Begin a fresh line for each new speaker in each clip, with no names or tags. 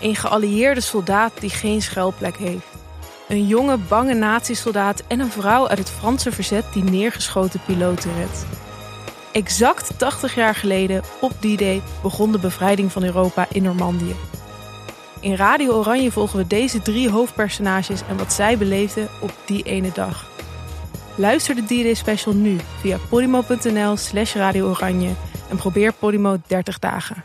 Een geallieerde soldaat die geen schuilplek heeft. Een jonge, bange nazi-soldaat en een vrouw uit het Franse verzet die neergeschoten piloten redt. Exact 80 jaar geleden, op die day, begon de bevrijding van Europa in Normandië. In Radio Oranje volgen we deze drie hoofdpersonages en wat zij beleefden op die ene dag. Luister de D-Day special nu via podimo.nl slash Radio Oranje en probeer Podimo 30 dagen.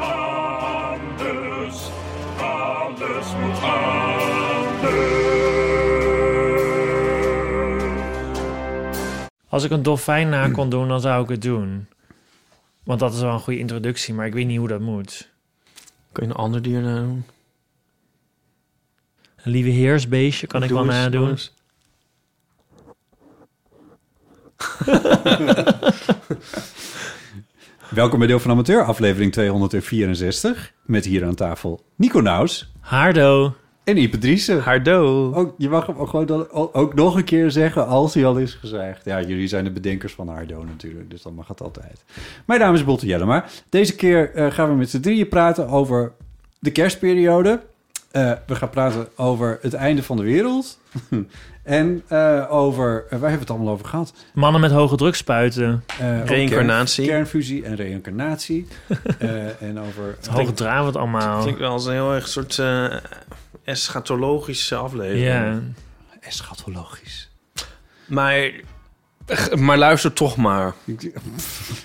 anders. Alles moet anders.
Als ik een dolfijn na kon doen, dan zou ik het doen. Want dat is wel een goede introductie, maar ik weet niet hoe dat moet.
Kun je een ander dier nou doen?
Een lieve heersbeestje kan ik
Doe
wel
eens, doe
nadoen.
eens.
Welkom bij Deel van Amateur, aflevering 264. Met hier aan tafel Nico Naus
Haardo.
en Ipe Driessen.
Hardo.
Ook, je mag hem ook, gewoon dan- ook nog een keer zeggen als hij al is gezegd. Ja, jullie zijn de bedenkers van Hardo natuurlijk, dus dat mag het altijd. Mijn naam is Botte Jellema. Deze keer eh, gaan we met z'n drieën praten over de kerstperiode. Eh, we gaan praten over het einde van de wereld. en eh, over, eh, waar hebben we het allemaal over gehad?
Mannen met hoge druk spuiten.
Eh, over
Reïncarnatie.
kern- kernfusie en reïncarnatie. Eh, en over...
Hoge dravend
Dat
allemaal.
klinkt wel als een heel erg soort eh, eschatologische aflevering.
Ja.
Eschatologisch.
Maar, maar luister toch maar.
Ik-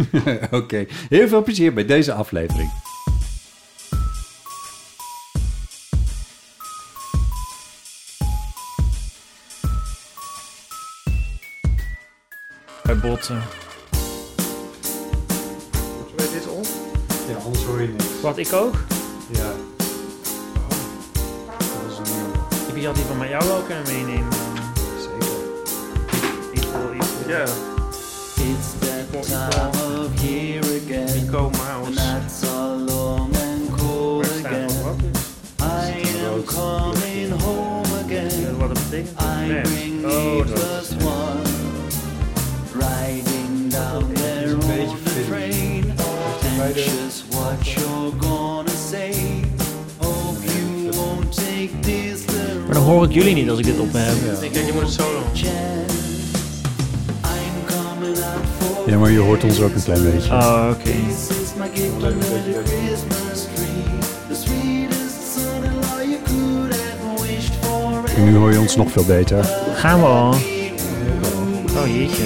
Oké, heel veel plezier bij deze aflevering.
Bij botten.
Ja, anders hoor je niks.
Wat ik ook?
Ja.
Ik had die van mij jou wel kunnen meenemen.
Zeker.
Ik wil iets.
Ja,
It's that time of year again.
Nico
The
Maus.
nights are long and cold again. I am coming home again.
Wat dat betekent?
I bring
Oh,
me plus one. Riding down there on the train. Anxious what you're gonna say. Hope you won't take this the
Maar dan hoor ik jullie niet als ik dit op heb.
Ik denk, je moet het zo doen.
chance. I'm coming out for
Ja, maar je hoort ons ook een klein beetje.
Oh, oké.
This is my gift under the Christmas tree. The sweetest son-in-law you could have wished for.
En nu hoor je ons nog veel beter.
Gaan we al? Oh, jeetje.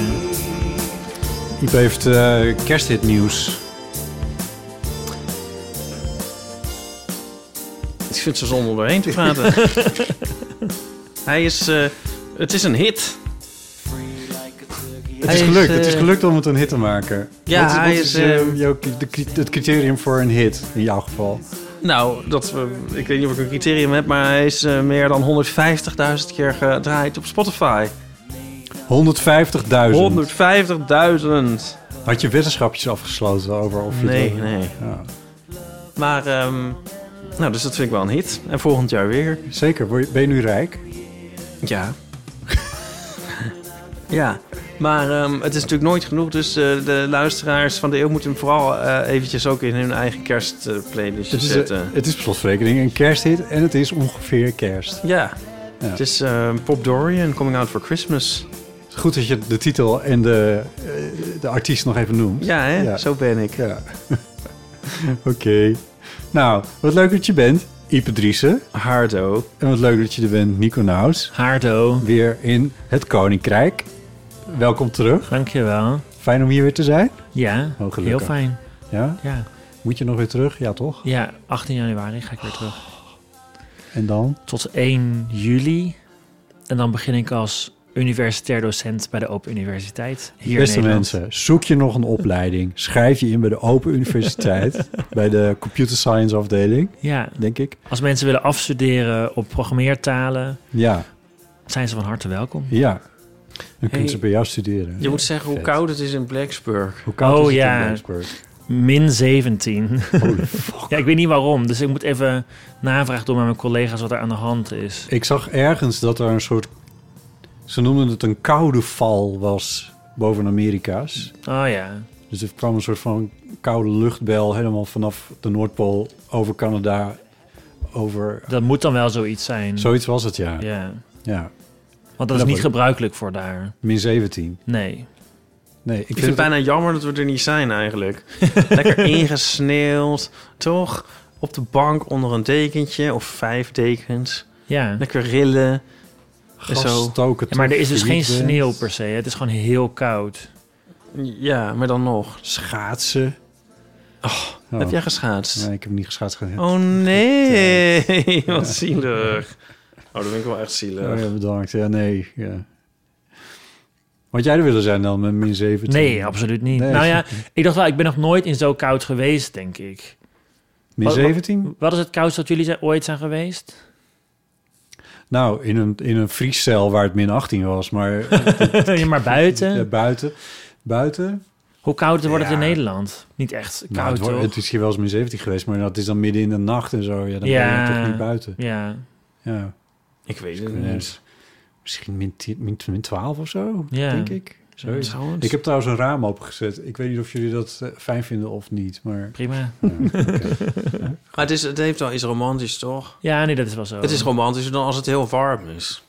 Iep heeft eh kersthitnieuws.
Ik vind het zo zonde om doorheen te praten. Hij is... eh, het is een hit.
Free like a turkey.
Het
Hij
is
is,
gelukt,
eh,
het is gelukt om het een hit te maken.
Ja,
wat,
hij
wat
is,
eh,
eh,
jouw, de cri- het criterium voor een hit, in jouw geval?
Nou, dat, we- ik weet niet of ik een criterium heb, maar hij is eh, meer dan 150.000 keer gedraaid op Spotify.
150.000.
150.000.
Had je wetenschapjes afgesloten over of je
Nee,
dat-
nee.
Ja.
Maar, ehm, nou, dus dat vind ik wel een hit. En volgend jaar weer.
Zeker, word je- ben je nu rijk?
Ja. ja, maar ehm, het is natuurlijk nooit genoeg. Dus eh, de luisteraars van de eeuw moeten hem vooral eh, eventjes ook in hun eigen kerstplaylist
Het is, eh,
zetten.
het is per slotverrekening een kersthit en het is ongeveer kerst.
ja.
Ja.
Het is ehm, Pop Dorian, Coming Out for Christmas.
Het is Goed dat je de titel en de, eh, de artiest nog even noemt.
Ja, hè?
Ja.
Zo ben ik.
Ja. Oké. Nou, wat leuk dat je bent, Ipe Driessen.
Hardo.
En wat leuk dat je er bent, Nico Nauws.
Haardo.
Weer in het Koninkrijk. Welkom terug.
Dankjewel.
Fijn om hier weer te zijn.
Ja,
Oh, gelukkig.
heel fijn.
Ja?
Ja.
Moet je nog weer terug? Ja, toch?
ja, 18 januari ga ik weer terug.
En dan?
Tot 1 juli. En dan begin ik als universitair docent bij de Open Universiteit. Hier in
Beste
Nederland.
mensen, zoek je nog een opleiding? Schrijf je in bij de Open Universiteit. bij de Computer Science afdeling,
Ja,
denk ik.
als mensen willen afstuderen op programmeertalen,
Ja,
zijn ze van harte welkom.
ja. Dan
Hey,
kunnen ze bij jou studeren.
Je moet zeggen hoe
Vet.
koud het is in Blacksburg.
Hoe koud
Oh,
is het
ja.
in Blacksburg?
Min 17.
Holy
ja, ik weet niet waarom. Dus ik moet even navragen doen met mijn collega's wat er aan de hand is.
Ik zag ergens dat er een soort... Ze noemden het een koude val was boven Amerika's.
Oh ja.
Dus er kwam een soort van koude luchtbel helemaal vanaf de Noordpool over Canada. Over...
Dat moet dan wel zoiets zijn.
Zoiets was het, ja.
Ja.
ja.
Want dat is
Dat
niet
wordt-
gebruikelijk voor daar.
Min 17.
Nee.
Nee, ik,
Ik vind het bijna jammer dat we er niet zijn eigenlijk. Lekker ingesneeuwd, toch? Op de bank onder een dekentje of vijf dekens.
Ja.
Lekker rillen.
gas
zo.
stoken.
Ja, maar er is dus
tot je eh,
geen
niet bent.
sneeuw per se. Het is gewoon heel koud.
Ja, maar dan nog.
Schaatsen. Oh.
Heb jij geschaatst?
Nee, eh, ik heb niet geschaatst. gehad.
Oh nee, wat zielig. Oh, dat vind ik wel echt
Oh
zielig.
ja, bedankt. Ja, nee. Ja. Wat jij er willen zijn dan met min 17?
Nee, absoluut niet.
Nee.
Nou ja, ik dacht wel, ik ben nog nooit in zo koud geweest, denk ik.
Min
Wat-
17?
Wat is het koudst dat jullie zijn- ooit zijn geweest?
Nou, in een, in een vriescel waar het min 18 was, maar
Ja, maar buiten?
eh, buiten. Buiten?
Hoe koud wordt het in
Ja.
Nederland? Niet echt
nou,
koud,
het, wordt-
toch?
het is hier wel eens min 17 geweest, maar dat is dan midden in de nacht en zo. Ja, dan ben je
Ja.
toch niet buiten.
Ja.
Ja.
Ik weet het
Nee,
niet.
dus Misschien min, 10 min, min 12 of zo,
Ja.
denk ik. Zoiets.
Zou het?
Ik heb trouwens een raam opengezet. Ik weet niet of jullie dat eh, fijn vinden of niet, maar...
Prima.
ja, oké.
Maar het, is, het heeft wel iets romantisch, toch?
Ja, nee, dat is wel zo.
Het is romantischer dan als het heel warm is.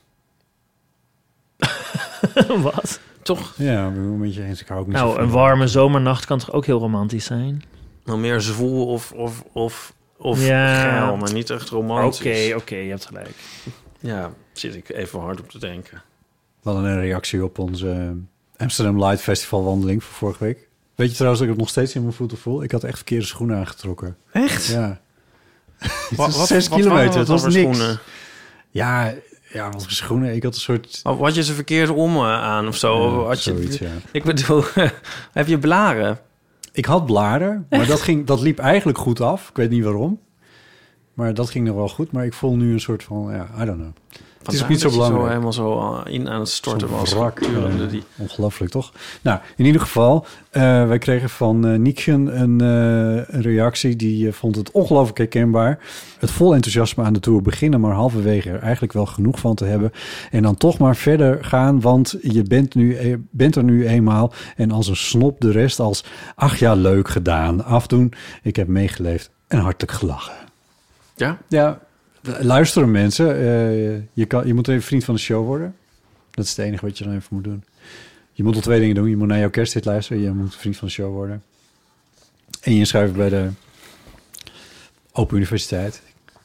Wat?
Toch?
Ja, ik ben het met je eens. Ik hou ook niet zo
Nou,
van-
een warme zomernacht kan toch ook heel romantisch zijn?
Nou, meer zwoel of, of, of, of
Ja.
geil, maar niet echt
Oké,
romantisch.
oké, je hebt gelijk.
Ja, zit ik even hard op te denken.
We hadden een reactie op onze eh, Amsterdam Light Festival wandeling van vorige week. Weet je trouwens dat ik het nog steeds in mijn voeten voel? Ik had echt verkeerde schoenen aangetrokken.
Echt?
Ja. Het
Wat-
is
wat-
zes
wat
kilometer,
waren
het
dat
was
dan
niks.
voor schoenen?
Ja, ja, wat voor schoenen. Ik had een soort...
Of Had je ze verkeerd om eh, aan of zo?
eh,
Of had je,
zoiets, ja.
Ik bedoel, heb je blaren?
Ik had blaren, maar dat, ging, dat liep eigenlijk goed af. Ik weet niet waarom. Maar dat ging nog wel goed. Maar ik voel nu een soort van, ja, I don't know. Het is ook
Vandaar
niet zo
dat je
belangrijk.
Zo helemaal zo eh, in aan het storten
Zo'n
was.
wrak,
gedurende
eh,
die-
Ongelooflijk, toch? Nou, in ieder geval, eh, wij kregen van eh Nixon een, eh, een reactie. Die eh, vond het ongelooflijk herkenbaar. Het vol enthousiasme aan de tour beginnen, maar halverwege er eigenlijk wel genoeg van te hebben. En dan toch maar verder gaan, want je bent, nu, eh, bent er nu eenmaal. En als een snop de rest als, ach ja, leuk gedaan, afdoen. Ik heb meegeleefd en hartelijk gelachen.
Ja?
Ja, luisteren mensen. Eh, je, kan, je moet even vriend van de show worden. Dat is het enige wat je dan even moet doen. Je moet al twee dingen doen. Je moet naar jouw kersthit luisteren. Je moet vriend van de show worden. En je inschrijven bij de Open Universiteit.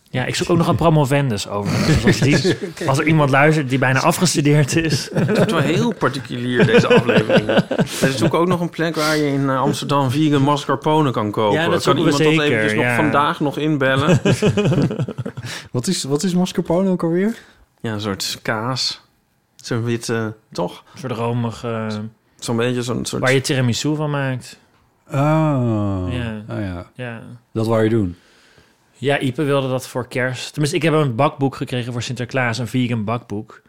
Ja, ik zoek ook nog een promovendus over. Dus als, die- als er iemand luistert die bijna afgestudeerd is.
Het is wel heel particulier, deze aflevering. Er is natuurlijk ook nog een plek waar je in eh, Amsterdam vegan mascarpone kan kopen.
Ja, dat
kan
zoeken we
iemand dat
zeker,
eventjes
ja.
nog vandaag nog inbellen?
Wat is, wat is mascarpone ook alweer?
ja, een soort kaas. Zo'n witte, toch?
Een soort romig, eh,
Zo'n beetje zo'n soort...
waar je tiramisu van maakt.
Ah,
Ja.
ah ja.
Ja.
Dat wou je doen.
ja, Ipe wilde dat voor kerst. Tenminste, ik heb een bakboek gekregen voor Sinterklaas, een vegan bakboek.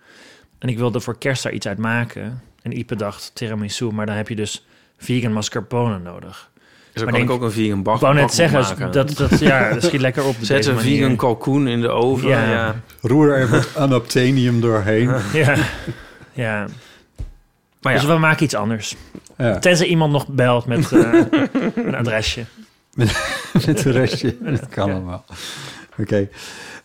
En ik wilde voor kerst daar iets uit maken. En Ipe dacht tiramisu, maar dan heb je dus vegan mascarpone nodig.
Zo
maar
kan ik
denk-
ook een vegan bak
Ik wou net
bakboek
zeggen,
maken.
dat, dat, ja, dat schiet lekker op. op
Zet
deze
een
manier.
vegan kalkoen in de oven.
Ja.
Ja.
Roer er even het unobtainium doorheen.
Ja, ja.
Maar ja,
Dus we maken iets anders.
Ja,
Tenzij iemand nog belt met eh, een adresje.
met een restje. Dat kan allemaal. Oké.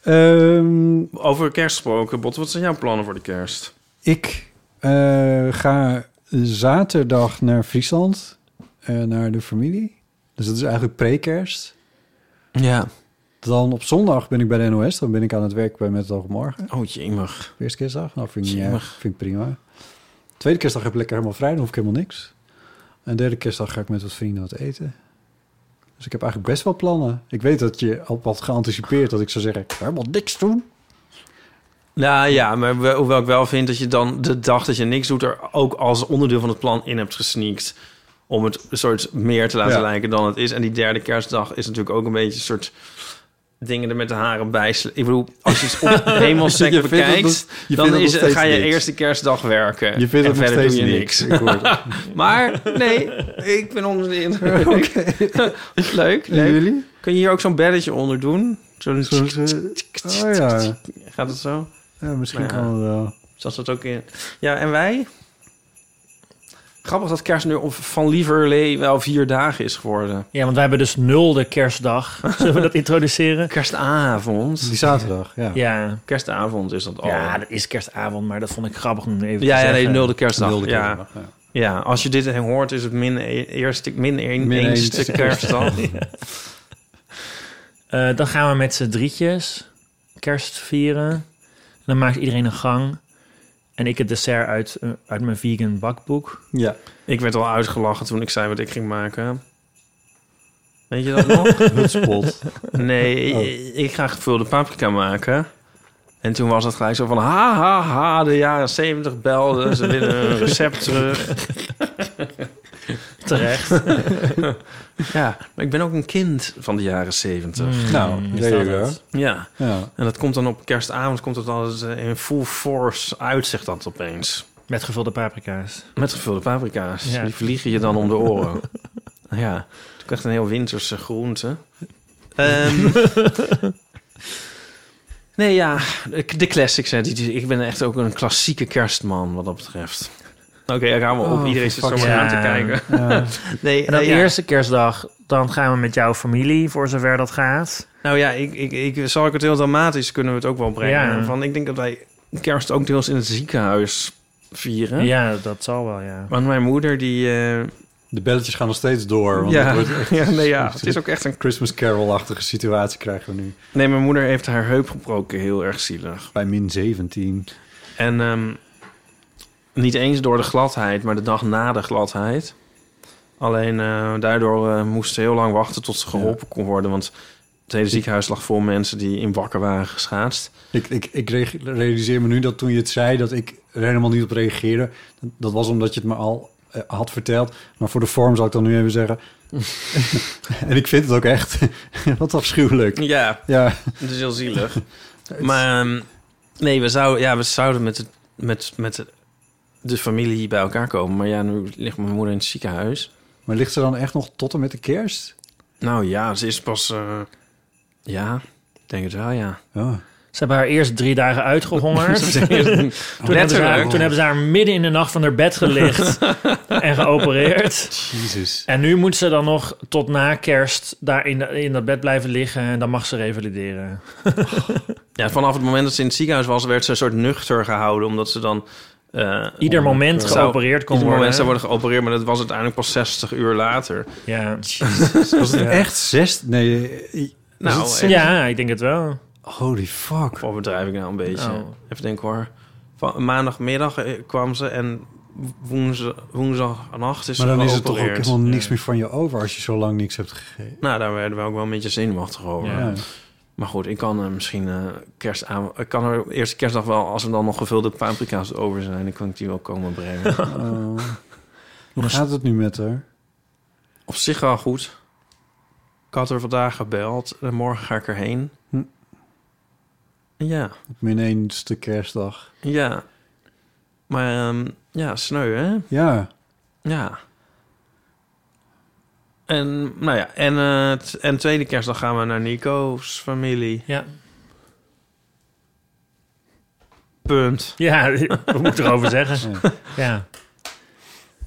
Ehm,
over kerst gesproken, Bot, wat zijn jouw plannen voor de kerst?
Ik eh, ga zaterdag naar Friesland, eh, naar de familie. Dus dat is eigenlijk pre-kerst.
Ja.
Dan op zondag ben ik bij de NOS, dan ben ik aan het werk bij Met het Oog op Morgen.
Oh, jemig.
Eerste kerstdag, nou vind ik, niet
Jemig.
erg, vind ik prima. Tweede kerstdag heb ik lekker helemaal vrij, dan hoef ik helemaal niks. En derde kerstdag ga ik met wat vrienden wat eten. Dus ik heb eigenlijk best wel plannen. Ik weet dat je al wat geanticipeerd dat ik zou zeggen, ik ga helemaal niks doen.
Nou ja, maar wel- hoewel ik wel vind dat je dan de dag dat je niks doet... er ook als onderdeel van het plan in hebt gesneakt... om het een soort meer te laten
Ja.
lijken dan het is. En die derde kerstdag is natuurlijk ook een beetje een soort... dingen er met de haren bij. sle- Ik bedoel, als je het op hemelstek
Je vindt het
bekijkt,
nog- je
dan
vindt het
is,
nog steeds
ga je
niks.
eerste kerstdag werken.
Je vindt
en
het nog
verder
steeds
doe je niks.
niks. Ik hoor het.
Maar nee, ik ben onder de indruk. leuk,
En
leuk.
jullie?
Kun je hier ook zo'n belletje onder doen? Zo'n
Zo'n- zo'n- oh ja.
Gaat het zo?
ja, misschien
Nou ja.
kan het wel.
Zat dat ook in? Ja, en wij? Grappig dat kerst nu op- van lieverlee wel vier dagen is geworden.
Ja, want wij hebben dus nul de kerstdag. Zullen we dat introduceren?
Kerstavond.
Die zaterdag, ja.
Ja.
Kerstavond is dat al.
Ja, dat is kerstavond, maar dat vond ik grappig om even
Oh. Ja,
te
ja,
zeggen.
nee, nulde kerstdag.
Wilde
ja.
kerstdag, ja.
ja, als je dit hoort is het min e- eerste, min één,
Min
eenste
eenste
kerstdag.
Eh, dan gaan we met z'n drietjes kerst vieren. En dan maakt iedereen een gang. En ik het dessert uit, eh, uit mijn vegan bakboek.
Ja.
ik werd al uitgelachen toen ik zei wat ik ging maken. Weet je dat nog?
Hutspot.
Nee, ik- ik ga gevulde paprika maken. En toen was het gelijk zo van... Ha, ha, ha, de jaren zeventig belden. Ze willen een recept terug.
Terecht.
Ja, maar ik ben ook een kind van de jaren zeventig.
Mm. Hmm.
nou, there you go.
Ja,
Ja.
en dat komt dan op kerstavond... komt het altijd eh, in full force uit, zegt dat opeens.
Met gevulde paprika's.
Met gevulde paprika's.
Ja.
Die vliegen je dan om de oren. ja, het is echt een heel winterse groente. Ehm, nee, ja, de- de classics. Hè. Die- die- Ik ben echt ook een klassieke kerstman wat dat betreft. Oké, daar gaan we op. Iedereen zit zo maar
ja.
aan te kijken. Nee,
Oh, En dan
eh, ja.
eerste kerstdag, dan gaan we met jouw familie, voor zover dat gaat.
Nou ja, ik, ik, ik, zal ik het heel dramatisch kunnen we het ook wel brengen.
Ja.
Van, ik denk dat wij kerst ook deels in het ziekenhuis vieren.
Ja, dat zal wel, ja.
Want mijn moeder die... eh,
De belletjes gaan nog steeds door. Want het
ja,
wordt echt
ja, nee, ja, het is ook echt een
een Christmas Carol-achtige situatie krijgen we nu.
Nee, mijn moeder heeft haar heup gebroken, heel erg zielig.
Bij min 17.
En ehm, niet eens door de gladheid, maar de dag na de gladheid. Alleen eh, daardoor eh, moest ze heel lang wachten tot ze geholpen kon worden. Want het hele ziekenhuis lag vol mensen die in wakker waren geschaatst.
Ik, ik, ik reg- realiseer me nu dat toen je het zei, dat ik er helemaal niet op reageerde. Dat, dat was omdat je het me al eh, had verteld. Maar voor de vorm zal ik dan nu even zeggen. en ik vind het ook echt wat afschuwelijk.
Ja,
Ja,
dat is heel zielig. maar ehm, nee, we zouden, ja, we zouden met, het, met, met de- de familie bij elkaar komen. Maar ja, nu ligt mijn moeder in het ziekenhuis.
maar ligt ze dan echt nog tot en met de kerst?
Nou ja, ze is pas... eh, ja, ik denk het wel, ja.
Oh.
Ze hebben haar eerst drie dagen uitgehongerd. toen, hebben ze haar,
Letterlijk.
toen hebben ze haar midden in de nacht van haar bed gelicht en geopereerd.
Jezus.
En nu moet ze dan nog tot na kerst daar in, de- in dat bed blijven liggen en dan mag ze revalideren.
Ja, vanaf het moment dat ze in het ziekenhuis was, werd ze een soort nuchter gehouden. Omdat ze dan... eh,
Ieder moment
zou-
geopereerd kon
ieder moment
worden.
zou worden geopereerd, maar dat was uiteindelijk pas 60 uur later.
Ja.
Was het echt zes? Nee. eh, was
Nou,
het zes?
echt.
ja, ik denk het wel.
Holy fuck.
Of overdrijf ik nou een beetje?
Oh.
Even denken hoor. Van, maandagmiddag eh, kwam ze en woensdag, woensdagnacht is
Maar
ze
dan is het toch ook
geopereerd.
helemaal niks meer van je over als je zo lang niks hebt gegeven.
Nou, daar werden we ook wel een beetje zenuwachtig over.
Ja.
Ja.
Maar goed, ik kan eh, misschien eh kerst aan... Ik kan er eerste kerstdag wel, als er dan nog gevulde paprika's over zijn... dan kan ik die wel komen brengen.
Oh. Hoe gaat het nu met haar?
Op zich wel goed. Ik had er vandaag gebeld. En morgen ga ik erheen.
Hm.
Ja,
Op mijn eenste kerstdag.
ja. Maar ehm, ja, sneu, hè?
Ja.
Ja. En, nou ja, en, eh, t- en tweede kerstdag gaan we naar Nico's familie.
Ja,
Punt.
ja we moeten erover zeggen. Ja.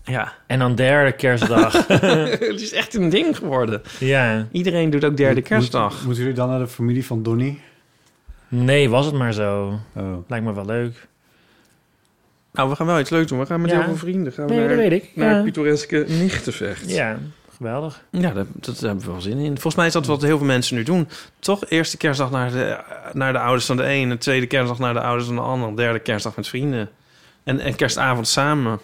Ja.
En dan derde kerstdag.
Het is echt een ding geworden.
Ja.
Iedereen doet ook derde
Moet-
kerstdag.
Moeten jullie dan naar de familie van Donnie?
Nee, was het maar zo.
Oh.
Lijkt me wel leuk.
Nou, we gaan wel iets leuks doen. We gaan met
Ja.
heel veel vrienden. Gaan we
Nee,
naar,
dat weet ik.
naar
Ja.
pittoreske Nichtenvecht.
Ja, geweldig.
Ja, dat, dat hebben we wel zin in. Volgens mij is dat wat heel veel mensen nu doen. Toch eerste kerstdag naar de, naar de ouders van de ene... tweede kerstdag naar de ouders van de ander... derde kerstdag met vrienden. En, en kerstavond samen.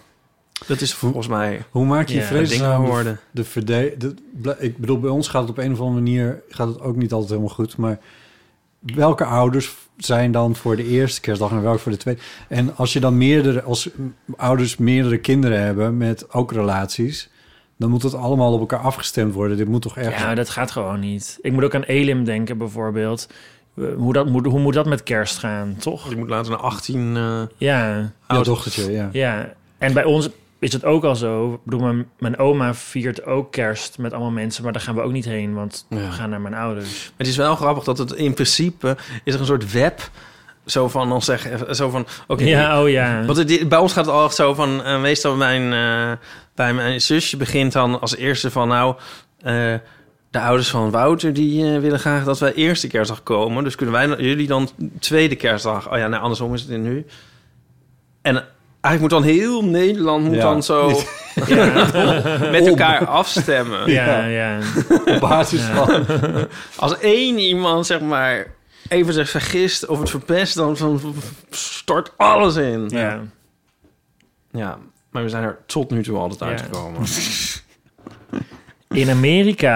Dat is volgens mij
Hoe maak je je
Ja,
het
vrees
ding
aan de,
geworden.
de verde- de- bl- Ik bedoel, bij ons gaat het op een of andere manier... gaat het ook niet altijd helemaal goed, maar... Welke ouders zijn dan voor de eerste kerstdag en welke voor de tweede? En als je dan meerdere, als ouders meerdere kinderen hebben met ook relaties, Dan moet het allemaal op elkaar afgestemd worden. Dit moet toch echt...
Ja, dat gaat gewoon niet. Ik moet ook aan Elim denken bijvoorbeeld. Eh, Hoe, dat, moet, hoe moet dat met kerst gaan, toch?
Je moet later naar 18... eh,
Ja,
Jouw dochtertje, ja.
ja. En bij ons is het ook al zo. Ik bedoel, mijn, mijn oma viert ook kerst met allemaal mensen, maar daar gaan we ook niet heen, want we
Ja.
gaan naar mijn ouders.
Het is wel grappig dat het in principe is er een soort web zo van dan zeggen zo van oké.
Ja, oh ja.
Want het- dit- bij ons gaat het al echt zo van eh, meestal mijn eh, bij mijn zusje begint dan als eerste van nou eh, de ouders van Wouter die eh, willen graag dat wij eerste kerstdag komen, dus kunnen wij jullie dan tweede kerstdag. Oh ja, nou andersom is het in nu. En eigenlijk moet dan heel Nederland moet
Ja.
dan zo met elkaar afstemmen.
Ja, ja.
Op basis van...
Als één iemand, zeg maar, even zich vergist of het verpest, dan van- stort alles in. Ja.
ja.
maar we zijn er tot nu toe altijd
Ja.
uitgekomen.
In Amerika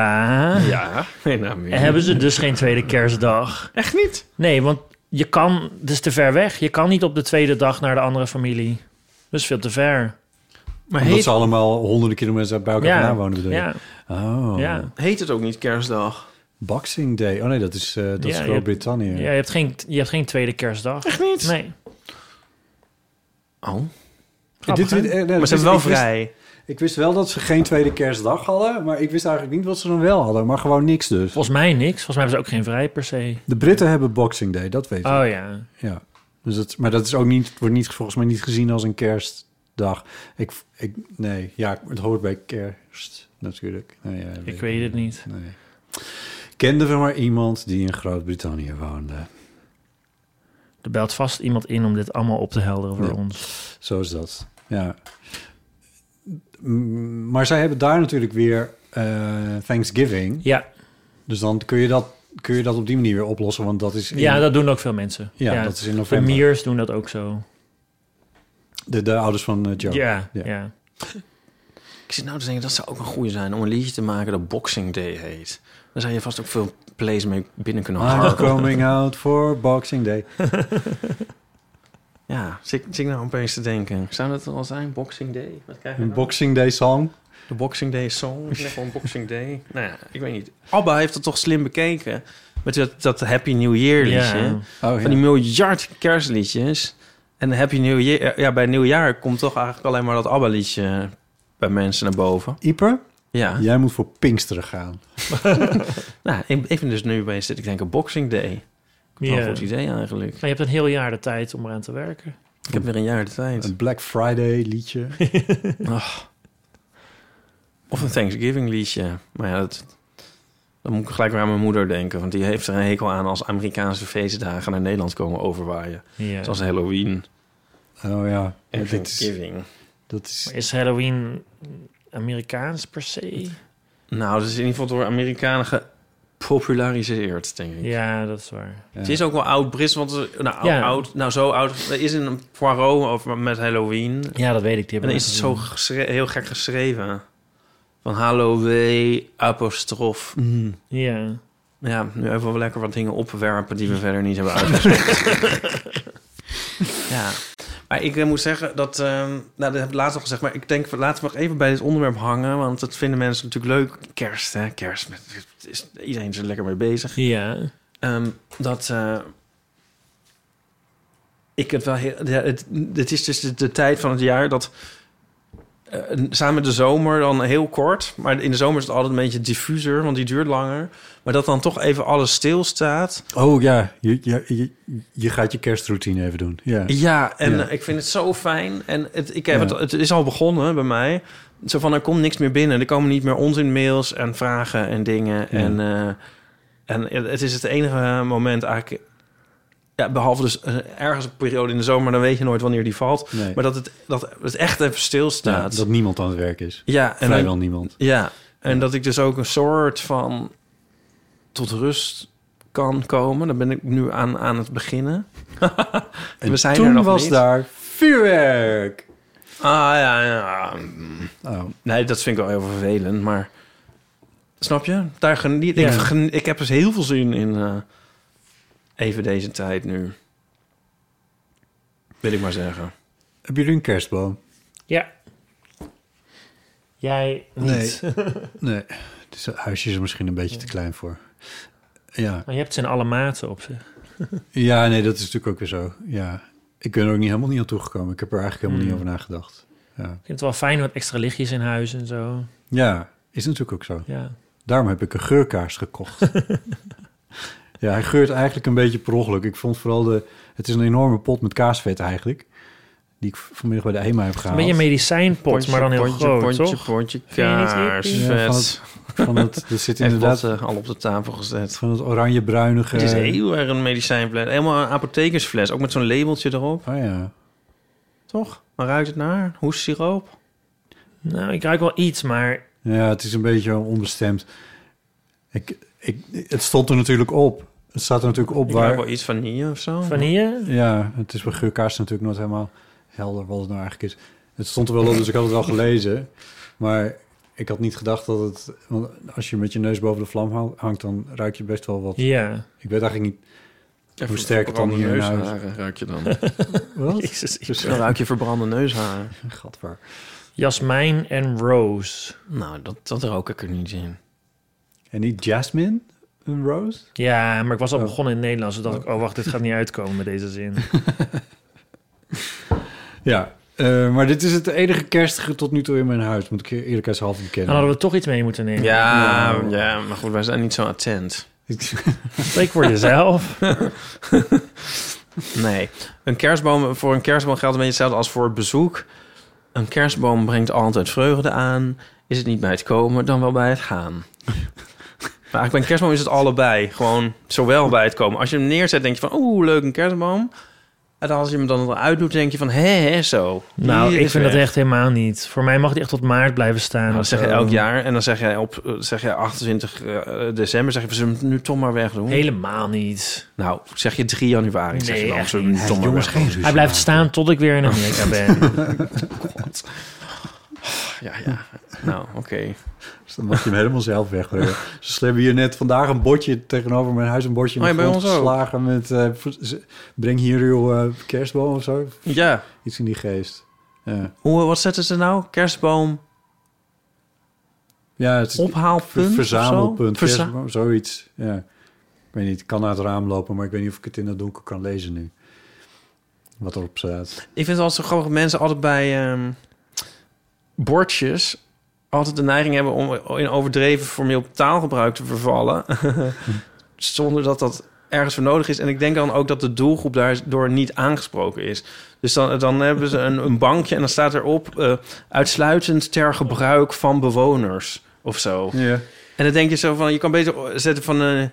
Ja, nee, nou, meer.
hebben ze dus geen tweede kerstdag.
Echt niet?
Nee, want je kan, het is te ver weg. Je kan niet op de tweede dag naar de andere familie. Dat is veel te ver.
Maar
Omdat
heet,
ze allemaal honderden kilometers bij elkaar
Ja.
vandaan wonen, bedoel je?
Ja,
Oh.
ja.
heet het ook niet kerstdag?
Boxing Day. Oh nee, dat is, eh, dat
Ja,
is
je-
Groot-Brittannië.
ja je, hebt geen, je hebt geen tweede kerstdag. Echt
niet?
Nee.
Oh.
En dit- eh,
Maar
nee, dat
ze
wist-
hebben wel
ik wist-
vrij.
Ik wist wel dat ze geen tweede kerstdag hadden, maar ik wist eigenlijk niet wat ze dan wel hadden, maar gewoon niks dus.
Volgens mij niks. Volgens mij hebben ze ook geen vrij per se.
De Britten hebben Boxing Day, dat weet ik.
Oh ja.
Ja. Dus dat, maar dat is ook niet, wordt niet, volgens mij niet gezien als een kerstdag. Ik, ik, nee, ja, het hoort bij kerst natuurlijk. Nou ja,
Ik weet het niet.
Nee. Kenden we maar iemand die in Groot-Brittannië woonde.
Er belt vast iemand in om dit allemaal op te helderen voor
Ja.
ons.
Zo is dat. Ja. Mm, Maar zij hebben daar natuurlijk weer eh, Thanksgiving.
Ja,
Dus dan kun je, dat, kun je dat op die manier weer oplossen. Want dat is in-
ja dat doen ook veel mensen.
Ja, dat is in
De
november.
Miers doen dat ook zo.
de, de ouders van eh, Joe.
Ja,
Ja.
ja.
Ik zit nou te denken, dat zou ook een goede zijn om een liedje te maken dat Boxing Day heet. Dan zou je vast ook veel plays mee binnen kunnen
I'm
harken.
coming out for Boxing Day.
Ja, zit, zit ik nou opeens te denken. Zou dat al zijn? Boxing Day? Wat krijg je
Een
dan?
Boxing Day song.
De Boxing Day song, ik zeg gewoon Boxing Day. Nou ja, ik weet niet. Abba heeft het toch slim bekeken met dat, dat Happy New Year liedje.
Ja.
Oh,
Van die miljard kerstliedjes. En Happy New Year, eh, ja, bij Nieuwjaar komt toch eigenlijk alleen maar dat Abba liedje bij mensen naar boven.
Ieper,
Ja,
jij moet voor Pinksteren gaan.
Nou, ik, ik ben dus nu opeens zit ik denk een Boxing Day. Wel
Ja.
een Nou, goed idee eigenlijk.
Maar je hebt een heel jaar de tijd om eraan te werken.
Ik heb weer een jaar de tijd.
Een Black Friday liedje.
Of een Thanksgiving liedje. Maar ja, dat, dan moet ik gelijk weer aan mijn moeder denken. Want die heeft er een hekel aan als Amerikaanse feestdagen naar Nederland komen overwaaien.
Ja.
Zoals Halloween
Oh ja.
en
Ja, dit is,
Thanksgiving.
dat is,
Is Halloween Amerikaans per se?
Nou, dat is in ieder geval door Amerikanen gepopulariseerd, denk ik.
Ja, dat is waar.
ja.
Het is ook wel oud-Brits, want eh, nou, oud,
Ja.
oud- nou zo oud. Er is een Poirot over, met Halloween.
Ja, dat weet ik. Die
En dan is het zo geschre- heel gek geschreven. Van Halloween, apostrof.
Mm.
Ja.
Ja, nu even wel lekker wat dingen opwerpen die we verder niet hebben uitgesproken. ja. Maar ik eh, moet zeggen dat... ehm, nou, dat heb ik laatst al gezegd. Maar ik denk, laten we nog even bij dit onderwerp hangen. Want dat vinden mensen natuurlijk leuk. Kerst, hè. Kerst. met- Is, iedereen is er lekker mee bezig.
Ja.
Ehm, dat... eh, ik het wel heel... Ja, het, het is dus de, de tijd van het jaar dat... eh, samen met de zomer dan heel kort. Maar in de zomer is het altijd een beetje diffuser, want die duurt langer. Maar dat dan toch even alles stilstaat.
Oh ja, je, je, je, je gaat je kerstroutine even doen. Ja.
Ja, en
Ja.
eh, ik vind het zo fijn. En het, ik heb
Ja.
het, het is al begonnen bij mij. Zo van, er komt niks meer binnen. Er komen niet meer onzinmails en vragen en dingen. En, eh, en het- het is het enige moment eigenlijk... Ja, behalve dus eh, ergens een periode in de zomer... dan weet je nooit wanneer die valt.
Nee.
Maar dat het, dat het echt even
Ja,
stilstaat. Ja,
dat niemand aan het werk is.
en dan-
Vrijwel niemand.
Ja, en dat ik dus ook een soort van tot rust kan komen. Daar ben ik nu aan, aan het beginnen.
En
We zijn
toen
er nog
was
niet.
daar vuurwerk.
Ah, ja, ja.
Oh,
Nee, dat vind ik wel heel vervelend, maar... Snap je? Daar geniet,
Ja.
ik, gen- ik heb dus heel veel zin in eh, even deze tijd nu. Wil ik maar zeggen.
hebben jullie een kerstboom?
Ja. Jij niet.
Nee. nee. Het is- het huisje is er misschien een beetje te klein voor. Ja.
Maar je hebt ze in alle maten op zich.
ja, nee, dat is natuurlijk ook weer zo. Ja. Ik ben er ook niet, helemaal niet aan toegekomen. Ik heb er eigenlijk helemaal
Mm.
Hmm.
niet over nagedacht. Ja.
Ik vind het wel fijn wat extra lichtjes in huis en zo.
ja, is natuurlijk ook zo.
Ja.
Daarom heb ik een geurkaars gekocht. ja, hij geurt eigenlijk een beetje per ongeluk. Ik vond vooral de... Het is een enorme pot met kaasvet eigenlijk. Die ik vanmiddag bij de HEMA heb
Een
gehaald.
beetje een medicijnpot, maar dan heel
pontje,
groot,
pontje,
toch?
Pontje,
je niet hippie?
Ja, van
kaarsvet.
Van het, er zit
Heeft dat
inderdaad
eh, al op de tafel gezet.
van het oranje-bruinige...
eh, Het is heel erg een medicijnfles. Helemaal een apothekersfles. Ook met zo'n labeltje erop.
Oh ja.
Toch? Waar ruikt het naar? Hoessiroop?
Nou, ik ruik wel iets, maar
Ja, het is een beetje onbestemd. Ik, ik, het stond er natuurlijk op. Het staat er natuurlijk op
Ik ruik
waar...
wel iets vanille of zo.
vanille?
Ja, het is bij geurkaars natuurlijk nooit helemaal helder wat het nou eigenlijk is. Het stond er wel op, dus ik had het wel gelezen. Maar ik had niet gedacht dat het... Want als je met je neus boven de vlam hou- hangt, dan ruik je best wel wat.
Ja.
Ik weet eigenlijk niet...
En
Hoe sterk het dan
verbrande
hier in huis?
neusharen ruik je dan.
Wat?
Jezus.
Dus,
dan ruik je verbrande neusharen.
gatver.
Jasmijn en Rose.
Nou, dat, dat rook ik er niet in.
En niet Jasmine? Een rose?
Ja, maar ik was al
Oh.
begonnen in het Nederlands. Toen dacht ik, oh wacht, dit gaat niet uitkomen met deze zin.
Ja, eh, maar dit is het enige kerstige tot nu toe in mijn huis. Moet ik je eerlijkheidshalve
Dan
bekennen.
hadden we toch iets mee moeten nemen.
Ja, ja, maar goed, wij zijn niet zo attent.
Spreek voor jezelf.
Nee. Een kerstboom, voor een kerstboom geldt een beetje hetzelfde als voor het bezoek. Een kerstboom brengt altijd vreugde aan. Is het niet bij het komen, dan wel bij het gaan. Maar eigenlijk bij een kerstboom is het allebei. Gewoon zowel bij het komen. Als je hem neerzet, denk je van, oeh, leuk een kerstboom. En als je hem dan eruit doet, denk je van, hè, hè, zo.
Nou,
Die
ik
is
vind
weg.
dat echt helemaal niet. Voor mij mag die echt tot maart blijven staan.
Nou,
of
dat zeg je
zo.
elk
ehm,
jaar. En dan zeg je op eh, zeg je 28 eh, december, zeg je, we zullen hem nu toch maar wegdoen.
Helemaal niet.
Nou, zeg je 3 januari, zeg je
Nee,
dan,
echt
we zullen hem nu toch maar
jongens,
wegdoen.
geen ruzie.
Hij blijft staan tot ik weer in Amerika ben.
Ja, ja. Nou, oké.
Dus dan mag je hem helemaal zelf wegwerken. Ze hebben hier net vandaag een bordje tegenover mijn huis. Een bordje in de
Oh ja, bij
grond
ons ook.
geslagen met... eh, v- z- breng hier uw eh, kerstboom of zo.
Ja.
Iets in die geest. Ja,
Hoe, wat zetten ze nou? Kerstboom,
ja het is
ophaalpunt
een
of
verzamelpunt.
zo? Verza-
kerstboom, zoiets. Ja. Ik weet niet, ik kan naar het raam lopen... maar ik weet niet of ik het in het donker kan lezen nu. Wat erop staat.
Ik vind het altijd zo grappig dat mensen altijd bij ehm, bordjes... altijd de neiging hebben om in overdreven formeel taalgebruik te vervallen. Zonder dat dat ergens voor nodig is. En ik denk dan ook dat de doelgroep daardoor niet aangesproken is. Dus dan, dan hebben ze een, een bankje en dan staat erop... eh, uitsluitend ter gebruik van bewoners of zo.
Ja.
En dan denk je zo van, je kan beter zetten van... eh,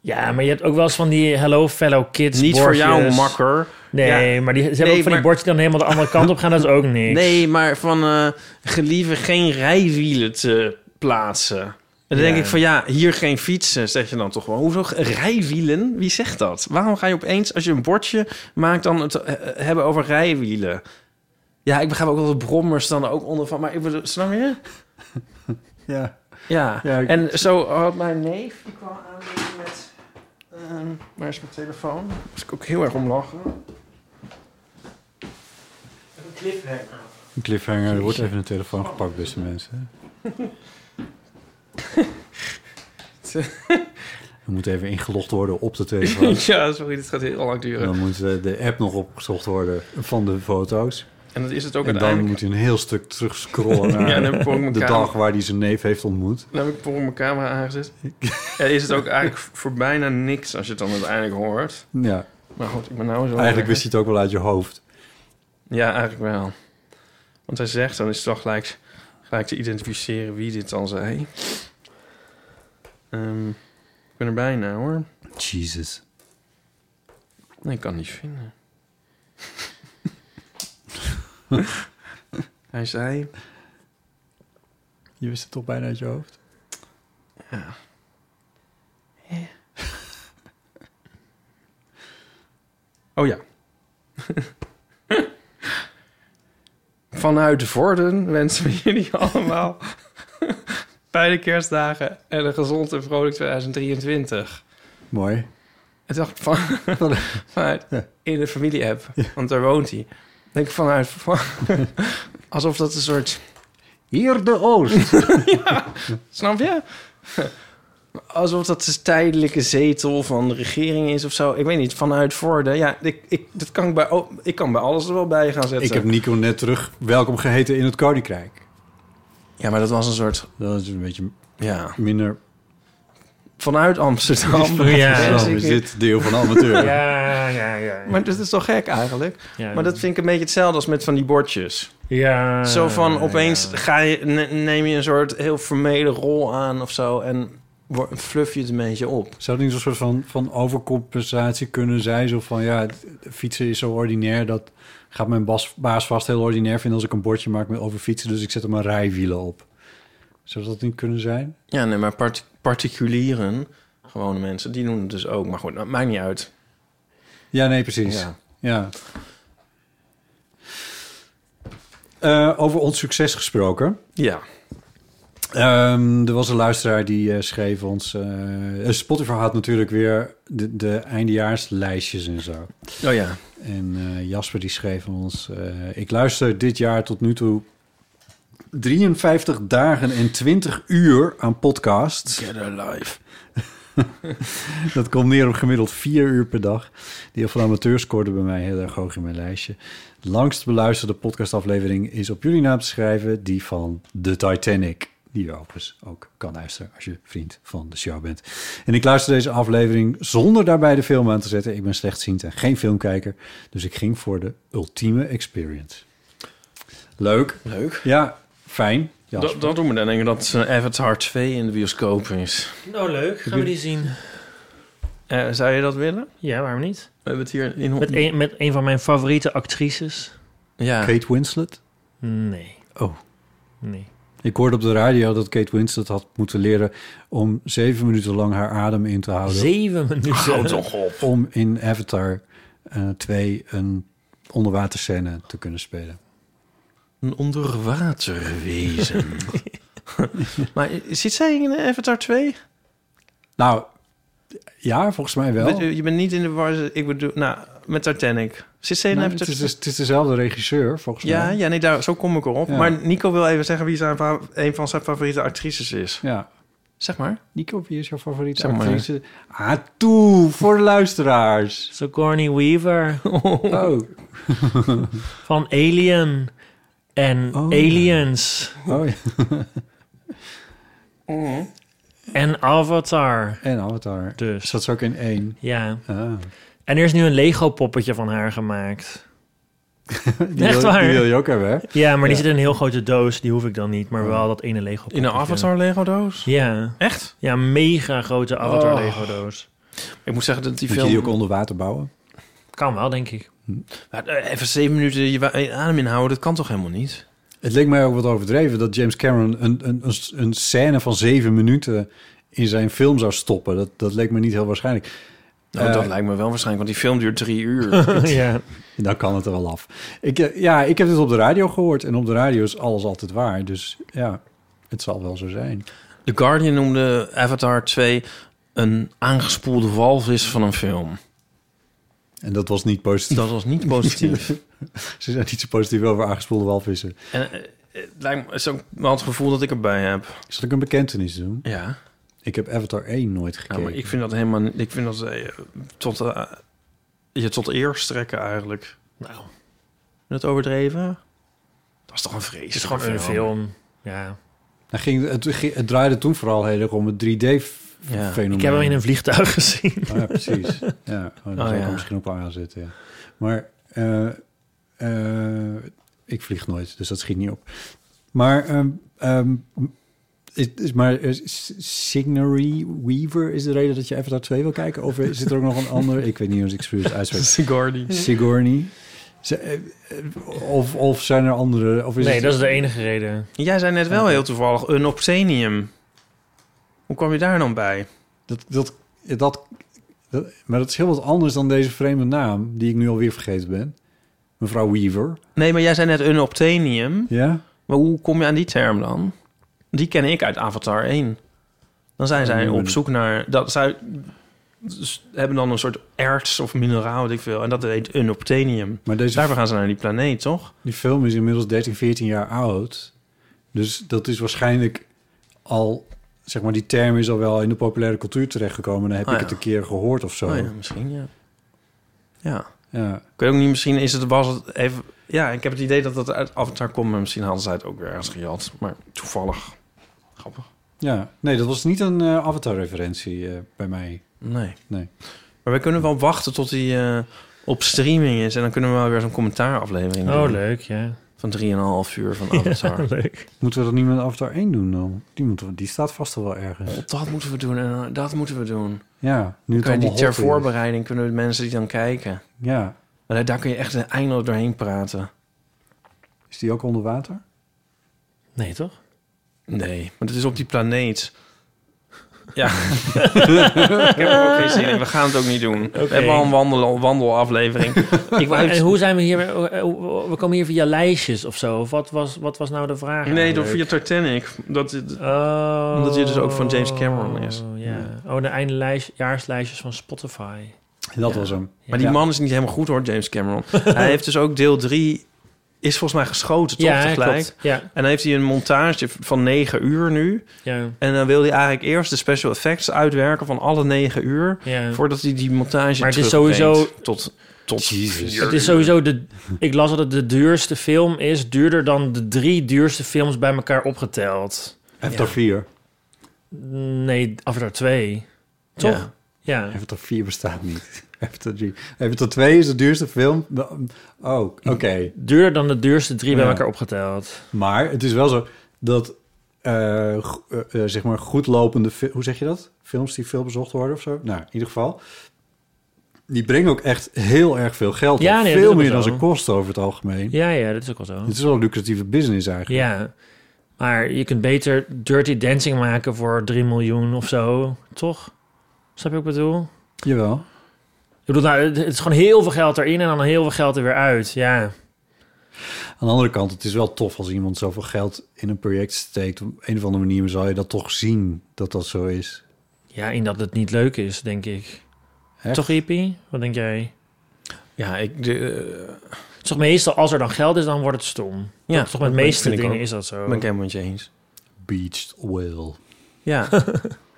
Ja, maar je hebt ook wel eens van die Hello Fellow Kids
niet voor jou,
bordjes.
makker.
Nee, maar die, ze hebben
Nee,
ook van die
maar-
bordjes die dan helemaal de andere kant op gaan. Dat is ook niks.
Nee, maar van eh gelieve geen rijwielen te plaatsen. En dan denk
Ja.
ik van ja, hier geen fietsen, zeg je dan toch wel. Hoezo g- rijwielen? Wie zegt dat? Waarom ga je opeens, als je een bordje maakt, dan het eh, eh, hebben over rijwielen? Ja, ik begrijp ook wel dat brommers dan ook onder van, maar ik bedoel, snap je?
ja.
Ja,
Ja, ik-
en zo had mijn neef, die kwam aan met... ehm, waar is mijn telefoon? Daar moest ik ook heel erg om lachen. Een cliffhanger.
Een cliffhanger. Er wordt even een telefoon gepakt, beste mensen. Er moet even ingelogd worden op de telefoon.
Ja, sorry, dit gaat heel lang
En
duren.
Dan moet eh, de app nog opgezocht worden van de foto's.
En dat is het ook
en dan
uiteindelijk.
moet hij een heel stuk terugscrollen naar
Ja, en dan heb ik ook mijn
de
camera-
dag waar hij zijn neef heeft ontmoet.
Dan heb ik voor mijn camera aangezet. Ja, is het ook eigenlijk voor bijna niks als je het dan uiteindelijk hoort.
Ja,
Maar goed, ik ben nou zo...
eigenlijk wist hij het ook wel uit je hoofd.
Ja, eigenlijk wel. Want hij zegt, dan is het wel gelijk, gelijk te identificeren wie dit dan zei. Ehm, ik ben er bijna hoor.
Jesus.
Nee, ik kan het niet vinden. hij zei...
Je wist het toch bijna uit je hoofd?
Oh ja. Vanuit Vorden wensen we jullie allemaal fijne kerstdagen en een gezond en vrolijk 2023.
Mooi.
En dacht ik van, vanuit
Ja.
in de familie-app, want daar woont hij. Denk ik vanuit, van- alsof dat een soort
Hier de Oost.
Snap je? Alsof dat de tijdelijke zetel van de regering is of zo. Ik weet niet, vanuit Vorden. Ja, ik, ik, dat kan ik, bij, oh, ik kan bij alles er wel bij gaan zetten.
ik heb Nico net terug welkom geheten in het Koninkrijk.
Ja, maar dat was een soort...
Dat is een beetje
Ja,
minder...
vanuit Amsterdam.
Ja.
Zo is dit deel van de amateur.
Ja, ja, ja.
Maar dat is toch gek eigenlijk?
Ja, dus-
Maar dat vind ik een beetje hetzelfde als met van die bordjes.
Ja.
Zo van opeens
ja.
ga je, ne- neem je een soort heel formele rol aan of zo... en wor- fluff je het een beetje op.
Zou het niet zo'n soort van, van overcompensatie kunnen zijn? Zo van, ja, het- fietsen is zo ordinair... dat gaat mijn bas, baas vast heel ordinair vinden... als ik een bordje maak met over fietsen... dus ik zet er maar rijwielen op. Zou dat niet kunnen zijn?
Ja, nee, maar part- particulieren, gewone mensen, die doen het dus ook. Maar goed, dat maakt niet uit.
Ja, nee, precies. Ja.
Ja.
Eh, over ons succes gesproken...
Ja.
Ehm, er was een luisteraar die eh, schreef ons... eh, Spotify had natuurlijk weer de, de eindejaarslijstjes en zo.
Oh ja.
En eh, Jasper die schreef ons... eh, ik luister dit jaar tot nu toe 53 dagen en 20 uur aan podcasts.
Get alive.
Dat komt neer op gemiddeld 4 uur per dag. Die van amateurs scoorde bij mij heel erg hoog in mijn lijstje. De langst beluisterde podcastaflevering is op jullie naam te schrijven... die van The Titanic. Die je overigens ook kan luisteren als je vriend van de show bent. En ik luister deze aflevering zonder daarbij de film aan te zetten. Ik ben slechtziend en geen filmkijker. Dus ik ging voor de ultieme experience. Leuk.
Leuk.
Ja, fijn. Ja,
Dat, dat doet me dan denken dat eh, Avatar 2 in de bioscoop is.
Nou, leuk. Gaan we die zien?
Eh, zou je dat willen?
Ja, waarom niet?
We hebben het hier in...
Met een, met een van mijn favoriete actrices?
Ja.
Kate Winslet.
Nee.
Oh.
Nee.
Ik hoorde op de radio dat Kate Winslet had moeten leren om zeven minuten lang haar adem in te houden.
Zeven minuten.
om in Avatar eh 2 een onderwaterscène te kunnen spelen.
Een onderwaterwezen. maar zit zij in eh, Avatar 2?
Nou, ja, volgens mij wel.
Weet u, eh, Je bent niet in de war. Ik bedoel, nou, met Titanic. Zit zij in
Nee, het,
Avatar
is, dus,
2?
het is dezelfde regisseur, volgens
Ja,
mij.
ja, nee, daar, zo kom ik erop.
Ja.
Maar Nico wil even zeggen wie zijn, fa- een van zijn favoriete actrices is.
Ja.
Zeg maar.
Nico, wie is jouw favoriete
Zeg maar.
actrice? Ah, toe, voor de luisteraars.
Sigourney Weaver
Oh,
van Alien en
Oh, ja.
Aliens
oh ja.
en Avatar.
En Avatar.
Dus
Zat ze ook in één.
ja.
Ah.
En er is nu een Lego poppetje van haar gemaakt.
Die
Echt
wil,
waar?
Die wil je ook hebben, hè?
Ja, maar die zit in een heel grote doos. Die hoef ik dan niet, maar wel dat ene Lego poppetje.
In een Avatar Lego doos?
Ja.
Echt?
Ja, mega grote Avatar
Oh.
Lego doos.
Ik moet zeggen dat die
Moet je die
film...
ook onder water bouwen?
Kan wel, denk ik.
Maar, eh, Even zeven minuten je wa- je adem inhouden, dat kan toch helemaal niet?
Het leek mij ook wat overdreven dat James Cameron een, een, een, een scène van zeven minuten in zijn film zou stoppen. Dat, dat leek me niet heel waarschijnlijk.
Nou,
Eh,
dat lijkt me wel waarschijnlijk, want die film duurt drie uur.
ja.
Dan kan het er wel af. Ik, eh, ja, ik heb dit op de radio gehoord en op de radio is alles altijd waar. Dus ja, het zal wel zo zijn.
The Guardian noemde Avatar 2 een aangespoelde walvis van een film.
En dat was niet positief.
Dat was niet positief.
Ze zijn niet zo positief over aangespoelde walvissen.
en eh, het lijkt me het is ook wel het gevoel dat ik erbij heb.
Zal ik een bekentenis doen?
Ja.
Ik heb Avatar 1 nooit
Ja,
gekeken.
maar ik vind dat helemaal... niet- Ik vind dat eh, tot, eh, je tot eer strekken eigenlijk.
Nou,
Dat overdreven? Dat is toch een vrees.
het is gewoon een film. Ja.
Nou, ging, het, ging- het draaide toen vooral heel erg om het 3D-fenomeen.
Ja.
Ik heb hem in een vliegtuig gezien.
Oh, ja, precies. Ja, oh, daar
Oh,
zou ik
ja.
er misschien ook wel aan zitten. Ja. Maar eh, eh, ik vlieg nooit, dus dat schiet niet op. Maar, ehm ehm, is, is, maar eh, S- Signory Weaver is de reden dat je even daar twee wil kijken? Of eh, zit er ook nog een andere? Ik weet niet hoe ik het uitspreek.
Sigourney.
Sigourney. Z- eh, eh, Of, of zijn er andere? Of is
Nee,
het-
dat is de enige reden.
Jij zei net wel heel toevallig een obscenium. Hoe kwam je daar dan bij?
Dat, dat, dat, dat- maar dat is heel wat anders dan deze vreemde naam... die ik nu alweer vergeten ben. Mevrouw Weaver.
Nee, maar jij zei net een obscenium.
Ja?
Maar hoe kom je aan die term dan? Die ken ik uit Avatar 1. Dan zijn
Ja,
zij
die
op
ben
zoek naar... Dat, zij dus hebben dan een soort erts of mineraal, weet ik veel. En dat heet een obscenium.
Maar deze
Daarvoor gaan ze naar die planeet, toch?
Die film is inmiddels 13, 14 jaar oud. Dus dat is waarschijnlijk al, zeg maar, die term is al wel in de populaire cultuur terechtgekomen. Dan heb
Ah,
ik
ja.
het een keer gehoord of zo.
Oh ja, misschien, ja. Ja.
Ja.
Ik weet ook niet, misschien is het, was het even... Ja, ik heb het idee dat dat uit Avatar komt, maar misschien hadden zij het ook weer ergens gejat. Maar toevallig. Grappig.
Ja. nee, dat was niet een eh, avatar-referentie eh, bij mij.
Nee.
Nee.
Maar we kunnen wel wachten tot hij eh, op streaming is. En dan kunnen we wel weer zo'n commentaaraflevering
Oh,
doen.
leuk, ja.
Van 3,5 uur van Avatar.
leuk.
Moeten we dat niet met Avatar 1 doen dan? Die, moeten we- die staat vast al wel ergens.
dat moeten we doen en eh, dat moeten we doen.
Ja, nu het
Kun je die
allemaal
ter
hot is.
voorbereiding kunnen de mensen die dan kijken.
Ja.
Maar daar- daar kun je echt een eindeloos doorheen praten.
Is die ook onder water?
Nee, toch?
Nee, want het is op die planeet. Ja, ik heb er ook geen zin in. We gaan het ook niet doen. We hebben al een wandel, wandelaflevering. ik wou
En
even...
hoe zijn we hier? We komen hier via lijstjes of zo. Of wat was, wat was nou de vraag?
Nee, door
eigenlijk?
via Titanic. Dat, is-
Oh.
Omdat hij dus ook van James Cameron is.
Ja. Oh, de eindejaarslijstjes van Spotify.
Dat was hem.
maar die
Ja.
man is niet helemaal goed hoor, James Cameron. hij heeft dus ook deel 3... Is volgens mij geschoten, toch?
ja,
tegelijk.
klopt. Ja,
En dan heeft hij een montage van 9 uur nu.
ja,
En dan wil hij eigenlijk eerst de special effects uitwerken van alle 9 uur.
ja.
Voordat hij die montage
Maar het is
terugbrengt
sowieso-
Tot, tot vier
Het is sowieso de. Ik las dat het de duurste film is. Duurder dan de drie duurste films bij elkaar opgeteld.
Avatar 4.
Nee, Avatar 2. Toch?
Ja.
Ja.
Avatar 4 bestaat niet. Avatar 3. Avatar 2 is de duurste film. Oh, oké.
Duurder dan de duurste drie bij
Ja.
elkaar opgeteld.
Maar het is wel zo dat eh, go- eh, eh, zeg maar goed lopende, fi- hoe zeg je dat? Films die veel bezocht worden of zo. Nou, in ieder geval. Die brengen ook echt heel erg veel geld.
Ja,
op.
nee, dat is
veel
ook
meer
zo.
dan ze kosten over het algemeen.
Ja, ja, dat is ook wel zo.
Het is wel een lucratieve business eigenlijk.
Ja. Maar je kunt beter Dirty Dancing maken voor 3 miljoen of zo. Toch? Snap je wat ik bedoel?
Jawel.
Ik bedoel, nou, het het is gewoon heel veel geld erin en dan heel veel geld er weer uit. Ja.
Aan de andere kant, het is wel tof als iemand zoveel geld in een project steekt. Op een of andere manier zal je dat toch zien dat dat zo is.
Ja, in dat het niet leuk is, denk ik.
Echt?
Toch, Ippie? Wat denk jij?
Ja, ik... De,
Het is toch meestal, als er dan geld is, dan wordt het stom.
Ja,
Ja, toch met de
dat
meeste
vind ik
dingen
ook.
is dat zo.
ben ik helemaal met je eens.
Beached whale.
Ja.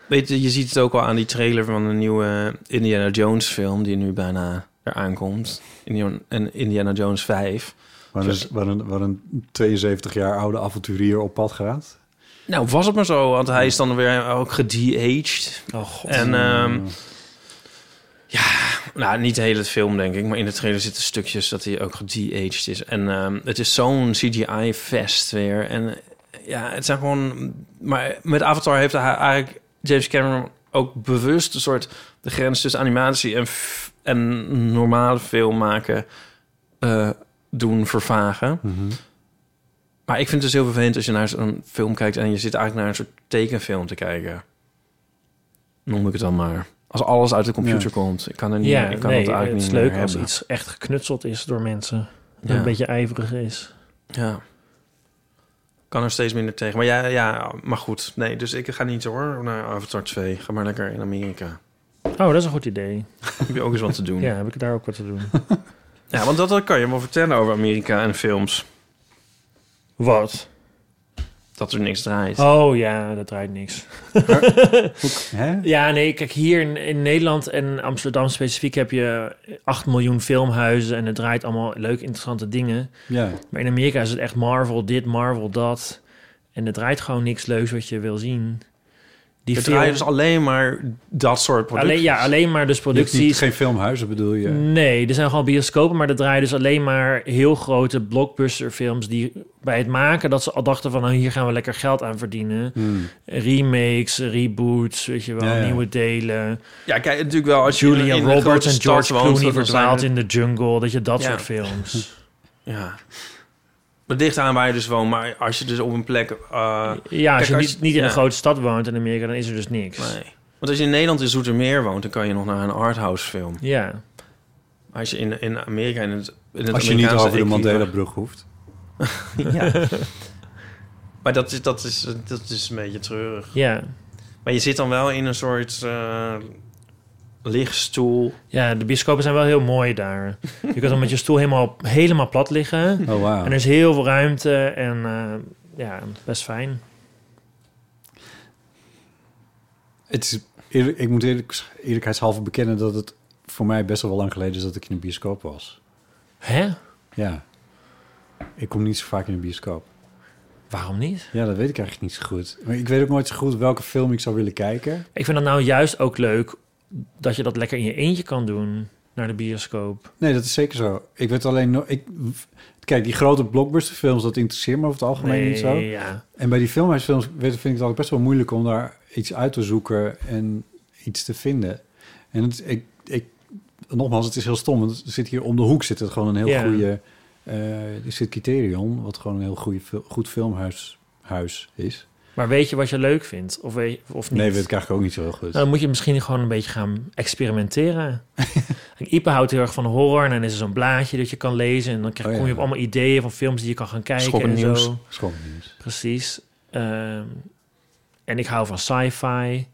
Weet je, je ziet het ook al aan die trailer van een nieuwe Indiana Jones film... die nu bijna eraan komt. Indiana, en Indiana Jones 5.
Waar een, waar, een, waar een 72 jaar oude avonturier op pad gaat.
Nou, was het maar zo, want hij is dan weer ook gede-aged.
Oh god.
En ehm, nou, niet de hele film, denk ik. Maar in de trailer zitten stukjes dat hij ook gede-aged is. En ehm, het is zo'n CGI-fest weer. En eh, ja, het zijn gewoon... Maar met Avatar heeft hij eigenlijk James Cameron ook bewust... een soort de grens tussen animatie en, f- en normale film maken... eh, doen vervagen.
Mhm.
Maar ik vind het dus heel vervelend als je naar zo'n film kijkt... en je zit eigenlijk naar een soort tekenfilm te kijken. Noem ik het dan maar. Als alles uit de computer
Ja.
komt. Ik kan er niet
ja,
ik kan
nee,
het eigenlijk
het is
niet
leuk
meer
als
hebben.
iets echt geknutseld is door mensen. En
Ja.
een beetje ijverig is.
Ja. Ik Kan er steeds minder tegen. Maar ja, ja, maar goed. Nee, dus ik ga niet hoor naar Avatar 2. Ga maar lekker in Amerika.
Oh, dat is een goed idee.
Heb je ook eens wat te doen.
Ja,
ja.
heb ik daar ook wat te doen.
want dat, dat kan je wel vertellen over Amerika en films.
wat?
Dat er niks draait.
Oh ja, dat draait niks.
Hè?
Ja, nee, kijk, hier in, in Nederland en Amsterdam specifiek heb je 8 miljoen filmhuizen en het draait allemaal leuke, interessante dingen.
Ja.
Maar in Amerika is het echt Marvel dit, Marvel dat. En het draait gewoon niks leuks wat je wil zien. Die
Je
film-
draait dus alleen maar dat soort producten.
alleen, ja, alleen maar dus
Je hebt niet,
producties. Mm.
geen filmhuizen bedoel je?
Nee, er zijn gewoon bioscopen, maar er draaien dus alleen maar heel grote blockbusterfilms die bij het maken dat ze al dachten van nou hier gaan we lekker geld aan verdienen.
Hmm.
Remakes, reboots, weet je wel,
Ja, ja.
nieuwe delen.
Ja, kijk, natuurlijk wel als je in
Julia
een grote
Roberts en
stad
George
woont,
Clooney
dat er zijn-
verdwaald in de jungle, dat je dat
Ja.
soort films.
Ja. Maar dicht aan waar je dus woont. Maar als je dus op een plek... eh,
Ja, als
Kijk,
je
als-
niet, niet in
ja.
een grote stad woont in Amerika, dan is er dus niks.
nee. Want als je in Nederland in Zoetermeer woont... dan kan je nog naar een arthouse film.
Ja,
Als je in, in Amerika... In het, in het
Als je niet
Amerikaanse
over de
equipe-
Mandela-brug hoeft.
ja. Maar dat is, dat, is, dat is een beetje treurig.
ja.
Maar je zit dan wel in een soort eh, lichtstoel.
Ja, de bioscopen zijn wel heel mooi daar. Je kunt dan met je stoel helemaal, helemaal plat liggen.
Oh, wauw.
En er is heel veel ruimte en eh, ja, best fijn.
Het is, eerlijk- ik moet eerlijk, eerlijkheidshalve bekennen dat het voor mij best wel lang geleden is dat ik in een bioscoop was.
Hè?
Ja. Ik kom niet zo vaak in een bioscoop.
Waarom niet?
Ja, dat weet ik eigenlijk niet zo goed. Maar ik weet ook nooit zo goed welke film ik zou willen kijken.
Ik vind het nou juist ook leuk dat je dat lekker in je eentje kan doen naar de bioscoop.
Nee, dat is zeker zo. Ik weet alleen... no- Ik, kijk, die grote blockbusterfilms, dat interesseert me over het algemeen niet zo.
ja.
En bij die filmhuisfilms weet- vind ik het altijd best wel moeilijk om daar iets uit te zoeken en iets te vinden. En het, ik, ik, nogmaals, het is heel stom, want er zit hier om de hoek zit het gewoon een heel
Ja.
goede... eh er zit Criterion, wat gewoon een heel goede, fil- goed filmhuis huis is.
Maar weet je wat je leuk vindt? Of, weet, of niet?
Nee, weet ik eigenlijk ook niet zo heel goed.
Nou, dan moet je misschien gewoon een beetje gaan experimenteren. en Ipe houdt heel erg van horror. En dan is er zo'n blaadje dat je kan lezen. En dan krijg,
Oh, ja.
kom je op allemaal ideeën van films die je kan gaan kijken.
Schokkend
en
nieuws.
Zo.
Schoon nieuws.
Precies. Ehm, en ik hou van sci-fi.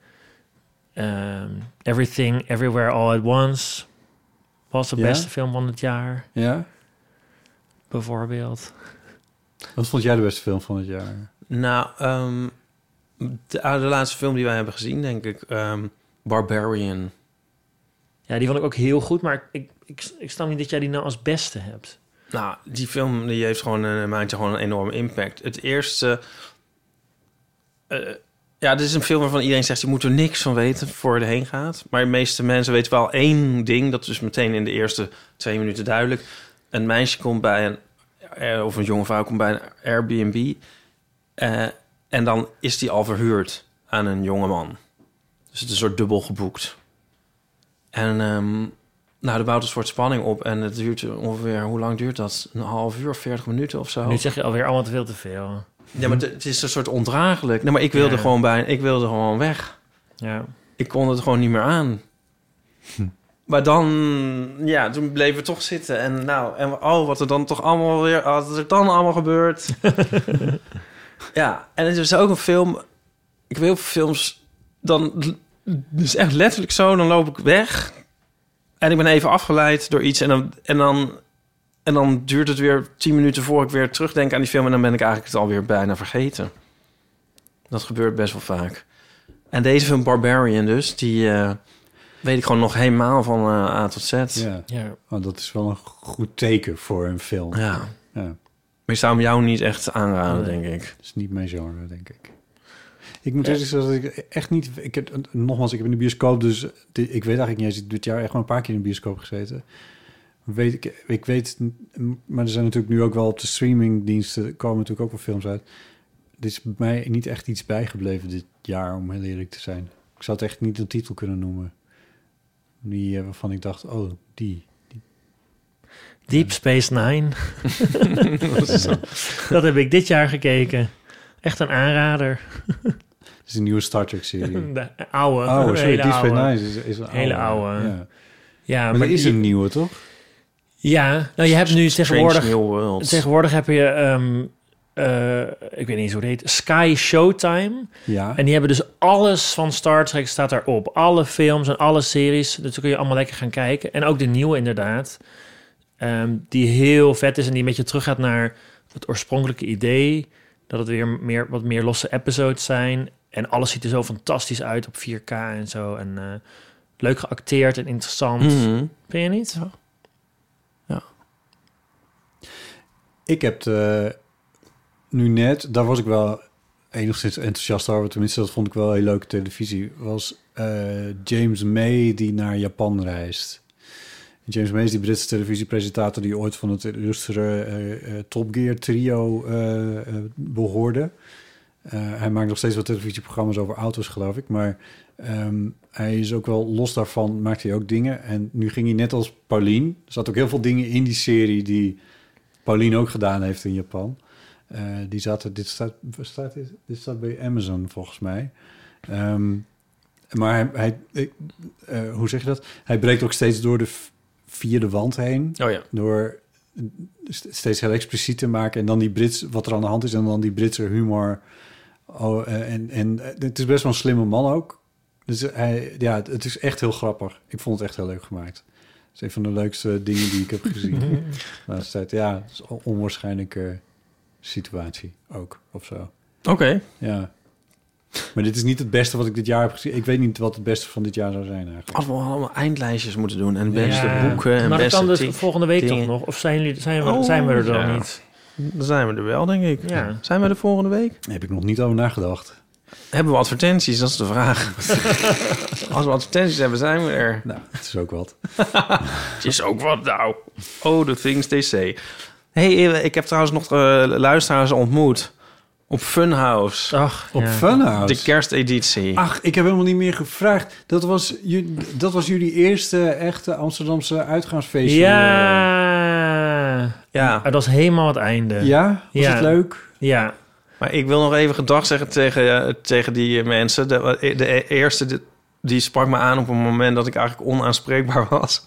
Ehm, Everything, Everywhere, All at Once. Was de
Ja?
beste film van het jaar,
Ja?
bijvoorbeeld.
Wat vond jij de beste film van het jaar?
Nou, ehm, de, ah, de laatste film die wij hebben gezien, denk ik. ehm, Barbarian.
Ja, die vond ik ook heel goed. Maar ik, ik, ik snap niet dat jij die nou als beste hebt.
Nou, die film die heeft gewoon een, maakt gewoon een enorme impact. Het eerste... eh, ja, dit is een film waarvan iedereen zegt... je moet er niks van weten voor je erheen gaat. Maar de meeste mensen weten wel één ding. Dat is meteen in de eerste twee minuten duidelijk. Een meisje komt bij een... eh, of een jonge vrouw komt bij een Airbnb. eh, en dan is die al verhuurd aan een jongeman. Dus het is een soort dubbel geboekt. En... ehm, nou, er bouwt een soort spanning op en het duurt ongeveer, hoe lang duurt dat? Een half uur, veertig minuten of
Oh.
zo?
Nu zeg je alweer allemaal te veel te veel.
Ja, maar het- het is een soort ondraaglijk. Nee, maar ik wilde
Ja.
gewoon bij, ik wilde gewoon weg.
Ja.
Ik kon het gewoon niet meer aan. Maar dan, ja, toen bleven we toch zitten. En nou, en oh, wat er dan toch allemaal weer, wat er dan allemaal gebeurt. ja, en het is ook een film. Ik wil films, dan, het is echt letterlijk zo, dan loop ik weg. En ik ben even afgeleid door iets. En dan, en dan, en dan duurt het weer tien minuten voor ik weer terugdenk aan die film. En dan ben ik eigenlijk het alweer bijna vergeten. Dat gebeurt best wel vaak. En deze film Barbarian dus, die eh, weet ik gewoon nog helemaal van eh, A tot Z.
Ja,
ja.
oh, dat is wel een goed teken voor een film.
Ja.
Ja.
Maar ik zou hem jou niet echt aanraden,
Nee.
denk ik.
Dat is niet mijn genre, denk ik. Ik moet eerlijk zeggen dat ik echt niet... Ik heb, nogmaals, ik heb in de bioscoop, dus di- ik weet eigenlijk niet eens... Dit jaar echt gewoon een paar keer in de bioscoop gezeten. Weet ik, ik weet... Maar er zijn natuurlijk nu ook wel op de streamingdiensten... komen natuurlijk ook wel films uit. Dit is bij mij niet echt iets bijgebleven dit jaar, om heel eerlijk te zijn. Ik zou het echt niet een titel kunnen noemen. Die, eh, waarvan ik dacht, oh, die.
Deep Space Nine. dat heb ik dit jaar gekeken. Echt een aanrader.
Dat is een nieuwe Star Trek-serie.
De oude.
Oh,
de
sorry,
hele
Deep Space
oude.
Nine is, is een
Hele oude.
Ja. Maar,
Ja,
er is
die-
een nieuwe, toch?
Ja, nou je hebt nu
Strange
tegenwoordig...
New World.
Tegenwoordig heb je... ehm, eh, ik weet niet eens hoe het heet. Sky Showtime.
Ja.
En die hebben dus alles van Star Trek staat daarop. Alle films en alle series. Dus dan kun je allemaal lekker gaan kijken. En ook de nieuwe inderdaad. Ehm, die heel vet is en die een beetje teruggaat naar het oorspronkelijke idee. Dat het weer meer, wat meer losse episodes zijn. En alles ziet er zo fantastisch uit op 4K en zo. En eh, leuk geacteerd en interessant.
Mhm.
Vind je niet?
Ik heb de, nu net, daar was ik wel enigszins enthousiast over. Tenminste, dat vond ik wel heel leuke televisie. Was eh, James May die naar Japan reist. James May is die Britse televisiepresentator die ooit van het illustere eh, eh, Top Gear trio eh, eh, behoorde. Eh, hij maakt nog steeds wel televisieprogramma's over auto's, geloof ik. Maar ehm, hij is ook wel los daarvan, maakt hij ook dingen. En nu ging hij net als Pauline. Er zat ook heel veel dingen in die serie die Pauline ook gedaan heeft in Japan. Eh, die zaten, dit staat, waar staat dit? dit staat bij Amazon volgens mij. Ehm, maar hij, hij ik- eh, hoe zeg je dat? Hij breekt ook steeds door de v- vierde wand heen
Oh ja.
door st- steeds heel expliciet te maken en dan die Brits wat er aan de hand is en dan die Britse humor. Oh, eh, en, en eh, het is best wel een slimme man ook. Dus hij, ja, het, het is echt heel grappig. Ik vond het echt heel leuk gemaakt. Het is een van de leukste dingen die ik heb gezien de laatste tijd. Ja, het is on- onwaarschijnlijk eh, situatie ook of zo.
Oké.
Ja. Maar dit is niet het beste wat ik dit jaar heb gezien. Ik weet niet wat het beste van dit jaar zou zijn eigenlijk.
Als we allemaal eindlijstjes moeten doen en beste
Ja.
boeken en
maar dat
beste
kan dus
ti-
volgende week
dingen.
toch nog? Of zijn, jullie, zijn, we,
Oh,
zijn we er dan
ja.
niet?
Dan zijn we er wel, denk ik.
Ja.
Zijn we er volgende week?
Daar heb ik nog niet over nagedacht.
Hebben we advertenties? Dat is de vraag. Als we advertenties hebben, zijn we er.
Nou, het is ook wat.
Het is ook wat nou. Oh, the things they say. hey, eh, ik heb trouwens nog eh, luisteraars ontmoet op Funhouse.
Ach,
Op
ja. Oh.
Funhouse.
De
Ah.
kersteditie.
Ach, ik heb helemaal niet meer gevraagd. Dat was, ju- dat was jullie eerste echte Amsterdamse uitgaansfeestje.
Ja.
ja,
Ah, Dat was helemaal het einde.
Ja? Was
Ja.
het leuk?
Ja.
maar ik wil nog even gedag zeggen tegen, eh, tegen die eh, mensen. De, de e- eerste die, die sprak me aan op een moment dat ik eigenlijk onaanspreekbaar was.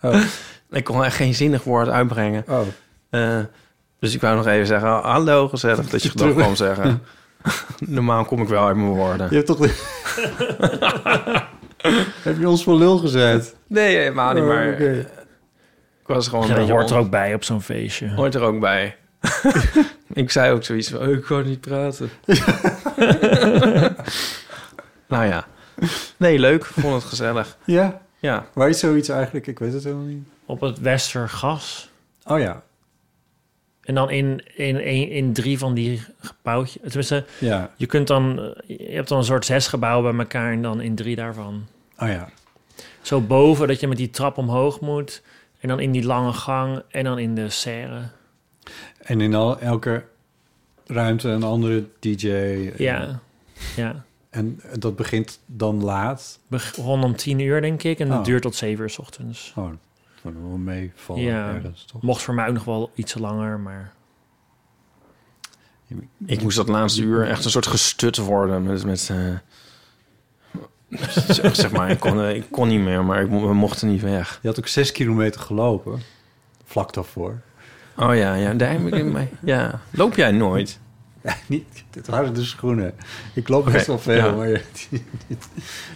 Oh.
Ik kon echt geen zinnig woord uitbrengen.
oh.
Eh, dus ik wou nog even zeggen, hallo gezellig dat je gedag
Terug.
kwam zeggen. Normaal kom ik wel uit mijn woorden.
Je hebt toch... heb je ons voor lul gezet?
Nee, helemaal niet, maar
Oh, oké.
ik was gewoon een
Ja, dat
beetje
hoort er
on-
ook bij op zo'n feestje.
hoort er ook bij. ik zei ook zoiets van, oh, ik kan niet praten. nou ja. Nee, leuk. Vond het gezellig.
Ja?
Ja.
Waar is zoiets eigenlijk? Ik weet het helemaal niet.
Op het Westergas.
Oh ja.
En dan in, in, in, in drie van die gebouwtjes. Tenminste,
Ja.
je, kunt dan, eh, je hebt dan een soort zes gebouwen bij elkaar en dan in drie daarvan.
Oh ja.
Zo boven dat je met die trap omhoog moet. En dan in die lange gang en dan in de serre.
En in al, elke ruimte een andere DJ.
Ja, ja.
En dat begint dan laat.
Begon om tien uur, denk ik. En dat
Oh.
duurt tot zeven uur s ochtends.
Oh, dat moet wel meevallen
Ja.
ergens, toch?
Mocht voor mij ook nog wel iets langer, maar...
Ik moest dat laatste uur echt een soort gestut worden. Met, met, eh, zeg zeg maar, ik kon, eh, ik kon niet meer, maar ik, mo- we mochten niet weg.
Je had ook zes kilometer gelopen. Vlak daarvoor.
Oh ja, ja, daar heb ik in mij. Ja. Loop jij nooit?
Niet, dit waren de schoenen. Ik loop best wel veel,
ja.
maar je- die- niet,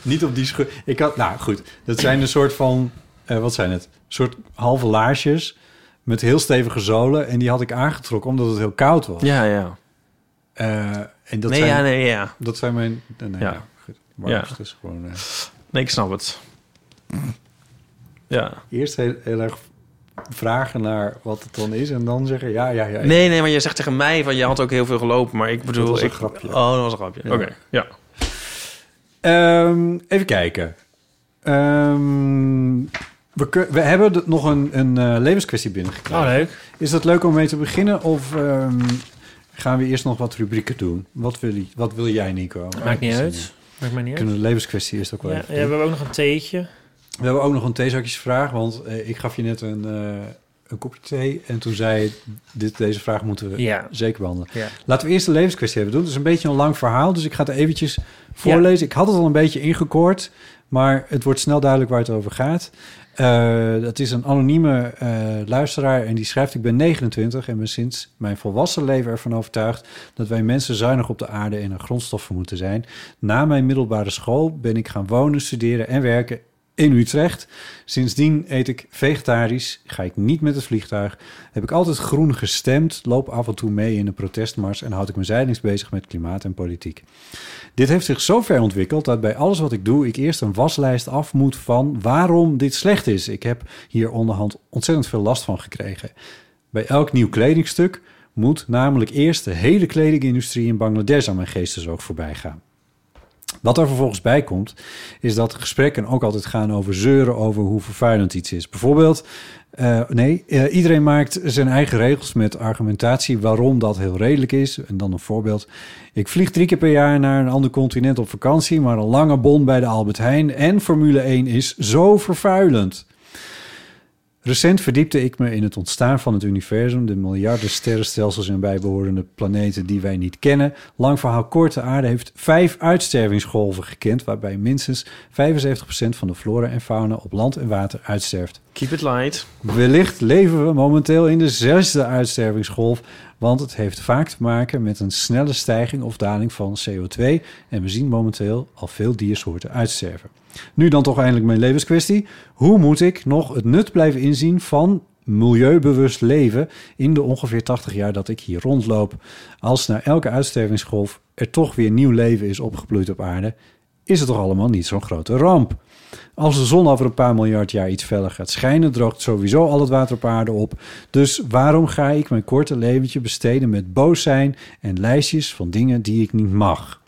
niet op die schoenen. Ik had, nou goed, dat zijn een soort van, eh, wat zijn het? Een soort halve laarsjes met heel stevige zolen. En die had ik aangetrokken omdat het heel koud was.
Ja, ja.
Eh, en dat,
nee,
zijn,
ja, nee, ja.
dat zijn mijn, eh, nee,
Ja.
ja. goed. Maar
Ja.
het is gewoon, eh,
Nee, ik snap het. Ja.
eerst heel, heel erg vragen naar wat het dan is. En dan zeggen, ja, ja, ja.
Nee, nee, maar je zegt tegen mij van je had ook heel veel gelopen, maar ik bedoel.
was een
ik-
grapje.
Oh, dat was een grapje.
Ja.
Oké, ja.
Ehm, even kijken. Ehm, we, kun- we hebben d- nog een, een eh, levenskwestie binnengekregen.
Oh, leuk.
Is dat leuk om mee te beginnen? Of ehm, gaan we eerst nog wat rubrieken doen? Wat wil, je- wat wil jij, Nico?
Maakt niet
Zin
uit. Maakt mij
in.
niet uit.
Kunnen we de levenskwestie eerst ook
Ja,
wel
ja,
even
we
doen?
hebben ook nog een theetje.
We hebben ook nog een theezakjesvraag. Want eh, ik gaf je net een, eh, een kopje thee. En toen zei je, dit, deze vraag moeten we
Ja.
zeker behandelen.
Ja.
Laten we eerst de levenskwestie even doen. Het is een beetje een lang verhaal, dus ik ga het eventjes voorlezen. Ik had het al een beetje ingekoord, maar het wordt snel duidelijk waar het over gaat. Eh, dat is een anonieme eh, luisteraar en die schrijft... ik ben 29 en ben sinds mijn volwassen leven ervan overtuigd... dat wij mensen zuinig op de aarde en er grondstoffen moeten zijn. Na mijn middelbare school ben ik gaan wonen, studeren en werken in Utrecht. Sindsdien eet ik vegetarisch, ga ik niet met het vliegtuig... Heb ik altijd groen gestemd, loop af en toe mee in de protestmars en houd ik me zijdelings bezig met klimaat en politiek. Dit heeft zich zo ver ontwikkeld dat bij alles wat ik doe, ik eerst een waslijst af moet van waarom dit slecht is. Ik heb hier onderhand ontzettend veel last van gekregen. Bij elk nieuw kledingstuk moet namelijk eerst de hele kledingindustrie in Bangladesh aan mijn geestesoog voorbij gaan. Wat er vervolgens bij komt, is dat gesprekken ook altijd gaan over zeuren over hoe vervuilend iets is. Bijvoorbeeld, eh, nee, eh, iedereen maakt zijn eigen regels met argumentatie waarom dat heel redelijk is. En dan een voorbeeld. Ik vlieg drie keer per jaar naar een ander continent op vakantie, maar een lange bon bij de Albert Heijn en Formule 1 is zo vervuilend. Recent verdiepte ik me in het ontstaan van het universum, de miljarden sterrenstelsels en bijbehorende planeten die wij niet kennen. Lang verhaal kort, de aarde heeft vijf uitstervingsgolven gekend, waarbij minstens 75% van de flora en fauna op land en water uitsterft.
Keep it light.
Wellicht leven we momenteel in de zesde uitstervingsgolf, want het heeft vaak te maken met een snelle stijging of daling van CO2 en we zien momenteel al veel diersoorten uitsterven. Nu dan toch eindelijk mijn levenskwestie. Hoe moet ik nog het nut blijven inzien van milieubewust leven in de ongeveer 80 jaar dat ik hier rondloop. Als na elke uitstervingsgolf er toch weer nieuw leven is opgebloeid op aarde, is het toch allemaal niet zo'n grote ramp. Als de zon over een paar miljard jaar iets feller gaat schijnen, droogt sowieso al het water op aarde op. Dus waarom ga ik mijn korte leventje besteden met boos zijn en lijstjes van dingen die ik niet mag?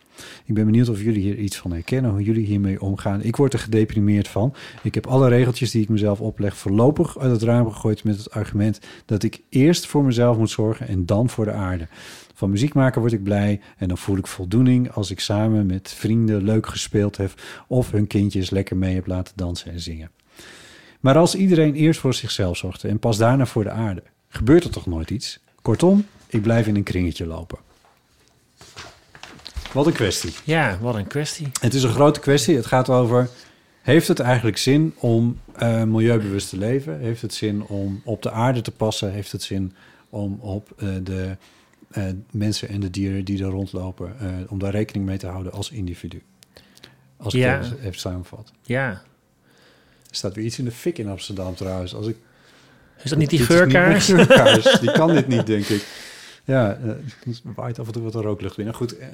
Ik ben benieuwd of jullie hier iets van herkennen, hoe jullie hiermee omgaan. Ik word er gedeprimeerd van. Ik heb alle regeltjes die ik mezelf opleg voorlopig uit het raam gegooid met het argument dat ik eerst voor mezelf moet zorgen en dan voor de aarde. Van muziek maken word ik blij en dan voel ik voldoening als ik samen met vrienden leuk gespeeld heb of hun kindjes lekker mee heb laten dansen en zingen. Maar als iedereen eerst voor zichzelf zorgt en pas daarna voor de aarde, gebeurt er toch nooit iets? Kortom, ik blijf in een kringetje lopen. Wat een kwestie.
Ja, wat een kwestie.
Het is een grote kwestie. Het gaat over: heeft het eigenlijk zin om eh, milieubewust te leven? Heeft het zin om op de aarde te passen? Heeft het zin om op eh, de eh, mensen en de dieren die er rondlopen, eh, om daar rekening mee te houden als individu? Als ik
Ja.
het even- even samenvat.
Ja.
Er staat weer iets in de fik in Amsterdam trouwens. Als ik,
Is dat niet die
Dit is
geurkaars?
mijn geurkaars. die kan dit niet, denk ik. Ja, eh, het waait af en toe wat een rooklucht binnen. Goed, eh,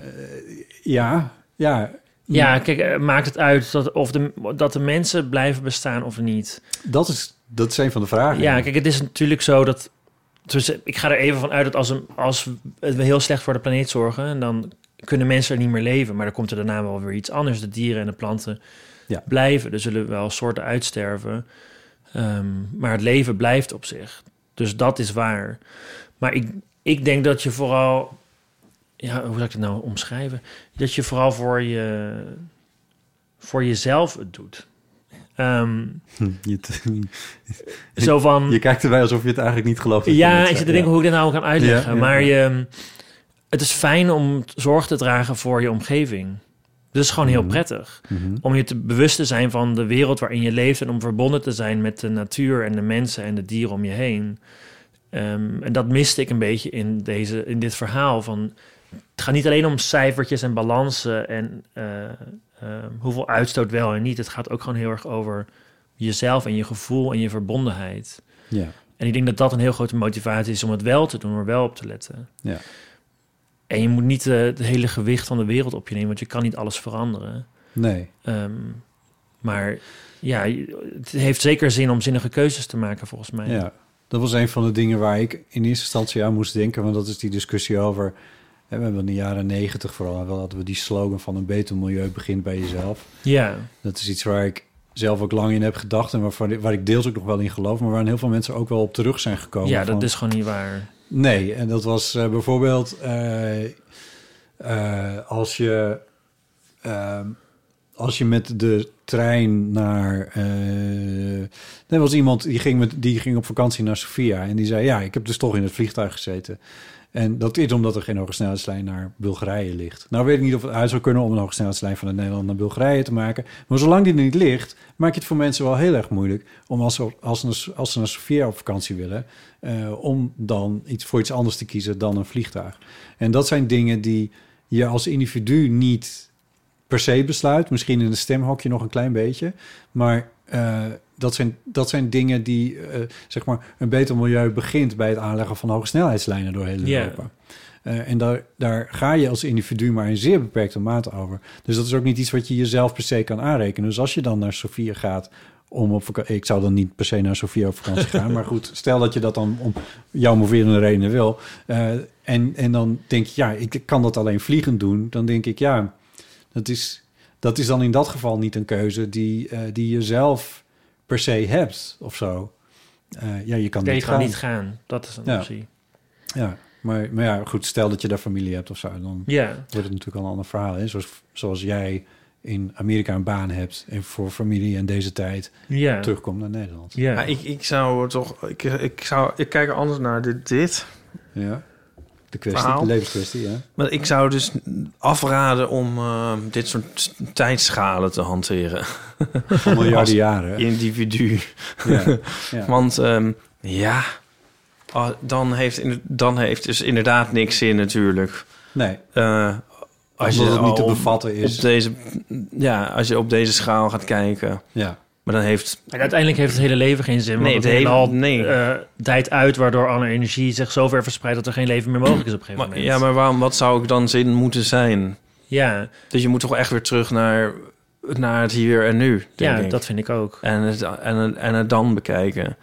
ja, ja,
Ja, kijk, eh, maakt het uit dat, of de, dat de mensen blijven bestaan of niet?
dat is, dat is een van de vragen.
Ja, kijk, het is natuurlijk zo dat... Dus ik ga er even van uit dat als, een, als we heel slecht voor de planeet zorgen... en dan kunnen mensen er niet meer leven. Maar dan komt er daarna wel weer iets anders. De dieren en de planten
Ja.
blijven. Er zullen wel soorten uitsterven. Ehm, maar het leven blijft op zich. Dus dat is waar. Maar ik, ik denk dat je vooral... Ja, hoe zou ik het nou omschrijven? Dat je vooral voor, je, voor jezelf het doet. Ehm,
Je,
zo van...
je kijkt erbij alsof je het eigenlijk niet gelooft. dat je
Ja,
dit
ik
zei.
zit te denken hoe ik dit nou kan uitleggen.
Ja, ja,
maar
ja.
Je, het is fijn om zorg te dragen voor je omgeving. Dat is gewoon heel prettig.
Mhm.
Om je te bewust te zijn van de wereld waarin je leeft... en om verbonden te zijn met de natuur en de mensen en de dieren om je heen. Ehm, en dat miste ik een beetje in, deze, in dit verhaal. Van, het gaat niet alleen om cijfertjes en balansen... en eh, ehm, hoeveel uitstoot wel en niet. Het gaat ook gewoon heel erg over jezelf en je gevoel en je verbondenheid.
Ja,
En ik denk dat dat een heel grote motivatie is om het wel te doen, om er wel op te letten.
ja.
En je moet niet eh, het hele gewicht van de wereld op je nemen, want je kan niet alles veranderen.
Nee.
Ehm, maar ja, je- het heeft zeker zin om zinnige keuzes te maken, volgens mij.
Ja. Dat was een van de dingen waar ik in eerste instantie aan moest denken. Want dat is die discussie over... hè, We hebben in de jaren negentig vooral wel hadden we die slogan van een beter milieu begint bij jezelf.
ja.
Dat is iets waar ik zelf ook lang in heb gedacht en waarvan, waar ik deels ook nog wel in geloof, maar waar heel veel mensen ook wel op terug zijn gekomen.
Ja, dat
van-
is gewoon niet waar.
Nee, en dat was eh, bijvoorbeeld eh, eh, als je. ehm, als je met de trein naar. eh, er was iemand die ging, met, die ging op vakantie naar Sofia. En die zei: Ja, ik heb dus toch in het vliegtuig gezeten. En dat is omdat er geen hoge snelheidslijn naar Bulgarije ligt. Nou weet ik niet of het uit zou kunnen om een hoge snelheidslijn van Nederland naar Bulgarije te maken. Maar zolang die er niet ligt, maak je het voor mensen wel heel erg moeilijk. Om als ze, als ze, als ze naar Sofia op vakantie willen, eh, om dan iets, voor iets anders te kiezen dan een vliegtuig. En dat zijn dingen die je als individu niet per se besluit. Misschien in een stemhokje nog een klein beetje. Maar eh, dat, zijn, dat zijn dingen die, eh, zeg maar, een beter milieu begint bij het aanleggen van hoge snelheidslijnen door heel
Ja.
Europa. Eh, en daar, daar ga je als individu maar in zeer beperkte mate over. Dus dat is ook niet iets wat je jezelf per se kan aanrekenen. Dus als je dan naar Sofia gaat om op vakantie... Ik zou dan niet per se naar Sofia op vakantie gaan. Maar goed, stel dat je dat dan om jouw moverende redenen wil. eh, en, en dan denk je, ja, ik kan dat alleen vliegend doen. Dan denk ik, ja, dat is, dat is dan in dat geval niet een keuze die, eh, die je zelf per se hebt of zo. Eh, ja, je kan
Nee, je
niet
kan
gaan.
niet gaan. Dat is een
Ja.
optie.
Ja, maar, maar ja, goed, stel dat je daar familie hebt of zo, dan
Ja.
wordt het natuurlijk al een ander verhaal. Hè? Zoals, zoals jij in Amerika een baan hebt en voor familie en deze tijd
Ja.
terugkomt naar Nederland.
Ja.
Ja, ik, ik zou toch... Ik, ik, zou, ik kijk er anders naar dit, dit.
Ja, de kwestie,
Verhaal.
de levenskwestie, ja.
Maar ik zou dus afraden om eh, dit soort tijdschalen te hanteren.
Van miljarden jaren. hè?
Individu.
Ja. Ja.
Want ehm, ja, ah, dan, heeft, in- dan heeft dus inderdaad niks zin natuurlijk.
Nee,
Eh, als
Omdat het niet te
al
bevatten is.
Op deze, ja, als je op deze schaal gaat kijken.
ja.
Maar dan heeft...
En uiteindelijk heeft het hele leven geen zin.
Nee,
want
het
het hele
hele-
al
nee.
dijt uit, waardoor alle energie zich zo ver verspreidt dat er geen leven meer mogelijk is op een gegeven
Maar,
moment.
ja, maar waarom, wat zou ik dan zin moeten zijn?
ja,
Dus je moet toch echt weer terug naar, naar het hier en nu, denk
ja
ik.
dat vind ik ook.
En, het, en, het- en het dan bekijken.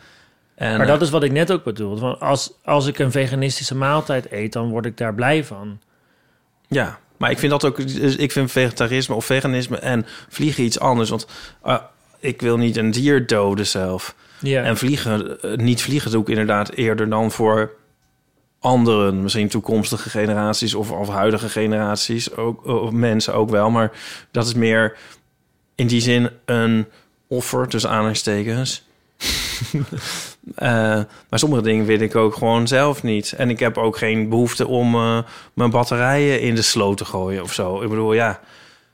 En,
maar dat is wat ik net ook bedoelde. Want als, als ik een veganistische maaltijd eet, dan word ik daar blij van.
eh, Ja, maar ik vind dat ook. dus Ik vind vegetarisme of veganisme en vliegen iets anders. Want eh, ik wil niet een dier doden zelf.
Ja,
En vliegen, eh, niet vliegen doe ik inderdaad eerder dan voor anderen. Misschien toekomstige generaties of, of huidige generaties. Ook, of mensen ook wel. Maar dat is meer in die zin een offer tussen aanhalingstekens. Eh, maar sommige dingen weet ik ook gewoon zelf niet. En ik heb ook geen behoefte om eh, mijn batterijen in de sloot te gooien of zo. Ik bedoel, ja.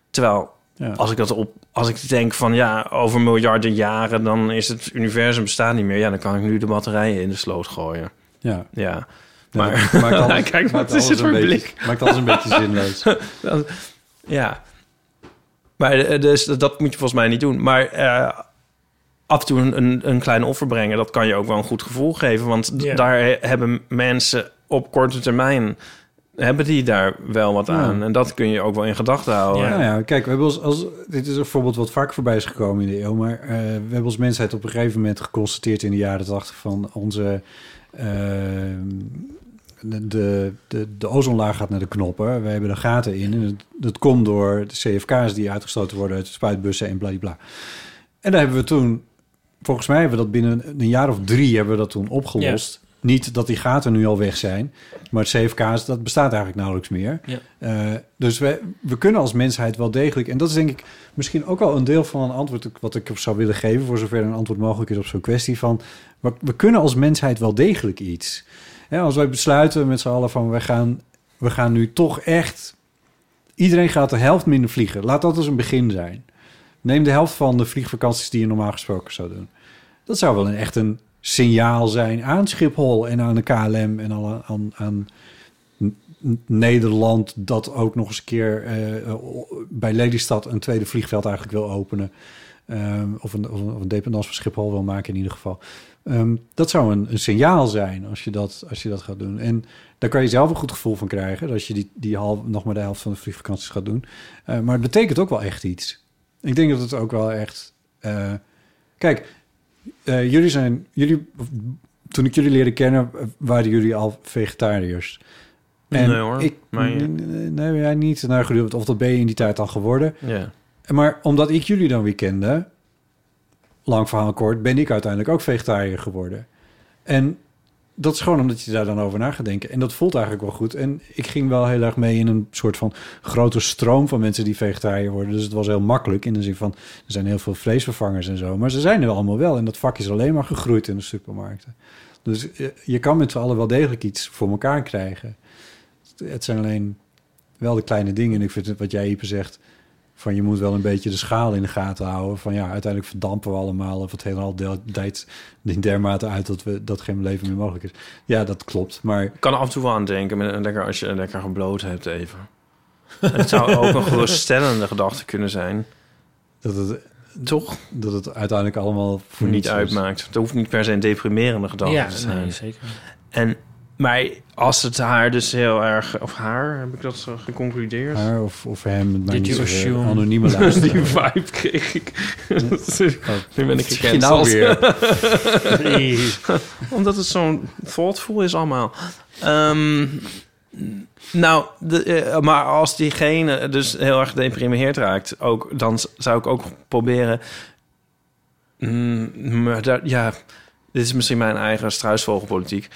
Terwijl
Ja.
als ik dat op, als ik denk van ja, over miljarden jaren dan is het universum bestaat niet meer. Ja, dan kan ik nu de batterijen in de sloot gooien.
ja.
Ja,
Ja,
maar
dat maakt alles,
Kijk, wat
maakt
is
alles
het
een
voor
beetje- Maakt alles een beetje zinloos.
ja. Maar eh, dus dat moet je volgens mij niet doen. Maar eh, af en toe een- een, een klein offer brengen, dat kan je ook wel een goed gevoel geven. Want d-
Ja.
daar he- hebben mensen op korte termijn hebben die daar wel wat aan. En dat kun je ook wel in gedachten houden.
Oh, Ja.
Nou ja, kijk, we hebben als, als, dit is een voorbeeld wat vaak voorbij is gekomen in de eeuw, maar eh, we hebben als mensheid op een gegeven moment geconstateerd in de jaren 80 van onze. ehm, eh, de, de, de, de ozonlaag gaat naar de knoppen. We hebben er gaten in. En het- dat komt door de CFK's die uitgestoten worden uit spuitbussen en bladibla. En daar hebben we toen, volgens mij hebben we dat binnen een jaar of drie hebben we dat toen opgelost. Niet dat die gaten nu al weg zijn, maar het CFK's, dat bestaat eigenlijk nauwelijks meer.
Ja.
Eh, dus we, we kunnen als mensheid wel degelijk, en dat is denk ik misschien ook wel een deel van een antwoord wat ik op zou willen geven, voor zover een antwoord mogelijk is op zo'n kwestie van, we, we kunnen als mensheid wel degelijk iets. Hè, als wij besluiten met z'n allen van, we gaan, we gaan nu toch echt, iedereen gaat de helft minder vliegen. Laat dat als een begin zijn. Neem de helft van de vliegvakanties die je normaal gesproken zou doen. Dat zou wel een, echt een signaal zijn aan Schiphol en aan de KLM en aan, aan, aan N- N- Nederland... dat ook nog eens een keer eh, eh, bij Lelystad een tweede vliegveld eigenlijk wil openen. Ehm, of, een, of, een, of een dependance van Schiphol wil maken in ieder geval. Ehm, dat zou een, een signaal zijn als je, dat, als je dat gaat doen. En daar kan je zelf een goed gevoel van krijgen... als je die, die half, nog maar de helft van de vliegvakanties gaat doen. Eh, maar het betekent ook wel echt iets. Ik denk dat het ook wel echt. eh, kijk, eh, jullie zijn. Jullie, of, toen ik jullie leerde kennen, eh, waren jullie al vegetariërs.
Nee, hoor,
Ik,
maar ja.
nee, nee, jij niet. Nou, goed, of dat ben je in die tijd al geworden.
Ja.
Maar omdat ik jullie dan weer kende, lang verhaal kort, ben ik uiteindelijk ook vegetariër geworden. En dat is gewoon omdat je daar dan over na gaat denken. En dat voelt eigenlijk wel goed. En ik ging wel heel erg mee in een soort van grote stroom van mensen die vegetariër worden. Dus het was heel makkelijk in de zin van, er zijn heel veel vleesvervangers en zo. Maar ze zijn er allemaal wel. En dat vak is alleen maar gegroeid in de supermarkten. Dus eh, je kan met z'n allen wel degelijk iets voor elkaar krijgen. Het zijn alleen wel de kleine dingen. En ik vind het wat jij, Ieper, zegt van je moet wel een beetje de schaal in de gaten houden. Van ja, uiteindelijk verdampen we allemaal. Of het helemaal de- dijt in dermate uit dat, we, dat geen leven meer mogelijk is. Ja, dat klopt. Maar
Ik kan er af en toe wel aan denken, maar lekker als je lekker gebloot hebt even. Het zou ook een geruststellende gedachte kunnen zijn.
dat het,
Toch?
dat het uiteindelijk allemaal voor
Voor niet
niets is.
uitmaakt. Dat hoeft niet per se een deprimerende gedachte
ja
te
nee,
zijn.
zeker.
en, maar als het haar dus heel erg... Of haar, heb ik dat zo geconcludeerd?
Haar of, of hem, het maakt
Did
niet
you
zoveel.
assume?
anonieme
Die
luisteraar.
vibe kreeg ik.
Oh,
Nu ben ik
zie je
gecanceld.
nou weer.
Omdat het zo'n thoughtful is allemaal. Ehm, nou, de, eh, maar als diegene dus heel erg gedeprimeerd raakt... Ook, dan z- zou ik ook proberen... Mm, maar daar, ja, dit is misschien mijn eigen struisvogelpolitiek.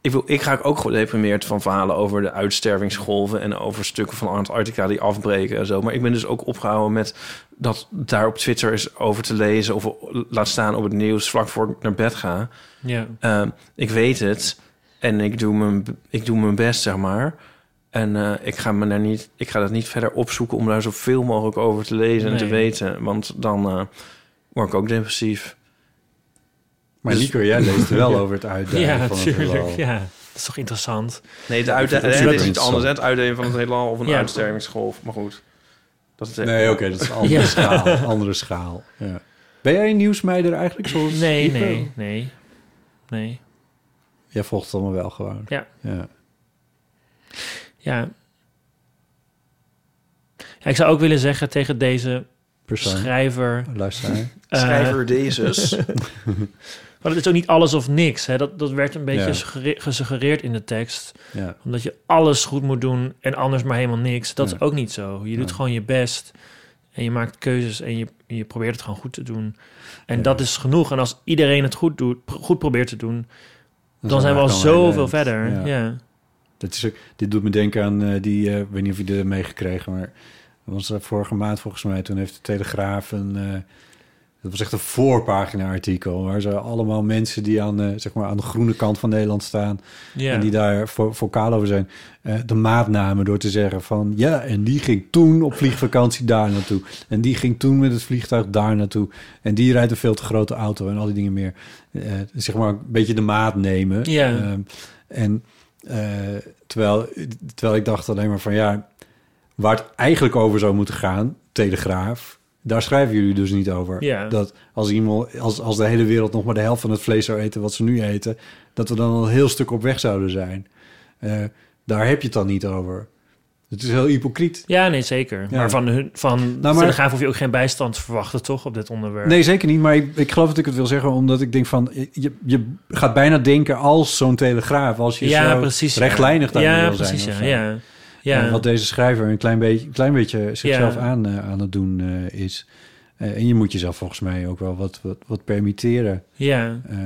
Ik, wil, ik raak ook gedeprimeerd van verhalen over de uitstervingsgolven... en over stukken van Antarctica die afbreken en zo. Maar ik ben dus ook opgehouden met dat daar op Twitter is over te lezen... of laat staan op het nieuws vlak voor ik naar bed ga...
Ja.
Eh, ik weet het en ik doe mijn, ik doe mijn best, zeg maar. En eh, ik, ga me daar niet, ik ga dat niet verder opzoeken om daar zoveel mogelijk over te lezen en te
Nee.
weten. Want dan eh, word ik ook depressief.
Maar Nico, jij leest er wel over het uitdagen
Ja,
van het
natuurlijk.
heelal.
Ja, dat is toch interessant.
Nee, de uitde-
het
eh, dit is iets
super
anders. hè, Het uitdelen van het heelal of een
Ja.
uitstervingsgolf. Maar goed. Dat is
Nee, oké, dat is een andere schaal. Andere schaal. Ja. Ben jij een nieuwsmeider eigenlijk? Zoals
Nee,
Ipe?
nee, nee. Nee.
Jij volgt het allemaal wel gewoon.
Ja.
ja.
Ja. ja. Ik zou ook willen zeggen tegen deze
Persoon.
schrijver...
Luisteraar.
eh,
Schrijver Dezes.
Maar het is ook niet alles of niks. Hè? Dat, dat werd een beetje
Ja.
suggere- gesuggereerd in de tekst.
Ja.
Omdat je alles goed moet doen en anders maar helemaal niks. Dat
Ja.
is ook niet zo. Je doet
Ja.
gewoon je best. En je maakt keuzes en je, je probeert het gewoon goed te doen. En
Ja.
dat is genoeg. En als iedereen het goed, doet, pro- goed probeert te doen, dan, zijn we al
eigenlijk al
zoveel
heel eind.
verder. Ja.
Ja. Dat is ook, dit doet me denken aan eh, die, eh, ik weet niet of je dit hebt meegekregen, maar dat was eh, vorige maand volgens mij. Toen heeft de Telegraaf een, eh, dat was echt een voorpagina artikel, waar ze allemaal mensen die aan, eh, zeg maar aan de groene kant van Nederland staan
Ja.
en die daar vo vocaal over zijn, eh, de maat namen door te zeggen van ja, en die ging toen op vliegvakantie daar naartoe en die ging toen met het vliegtuig daar naartoe en die rijdt een veel te grote auto en al die dingen meer. Eh, zeg maar een beetje de maat nemen.
Ja.
Ehm, en eh, terwijl, terwijl ik dacht alleen maar van ja, waar het eigenlijk over zou moeten gaan, Telegraaf, daar schrijven jullie dus niet over.
Ja.
Dat als, iemand, als, als de hele wereld nog maar de helft van het vlees zou eten wat ze nu eten, dat we dan al een heel stuk op weg zouden zijn. Eh, daar heb je het dan niet over. Het is heel hypocriet.
Ja, nee, zeker.
Ja. Nou,
Maar van, hun, van
maar-
de Telegraaf hoef je ook geen bijstand te verwachten, toch, op dit onderwerp?
Nee, zeker niet. Maar ik, ik geloof dat ik het wil zeggen, omdat ik denk van... Je, je gaat bijna denken als zo'n telegraaf, als je
ja,
zo
precies. ja.
rechtlijnig daarin
ja,
wil
precies,
zijn. of
ja,
zo.
ja.
Ja.
Ja.
wat deze schrijver een klein beetje, een klein beetje zichzelf
Ja.
aan, eh, aan het doen eh, is. Eh, en je moet jezelf volgens mij ook wel wat, wat, wat permitteren.
ja.
Eh,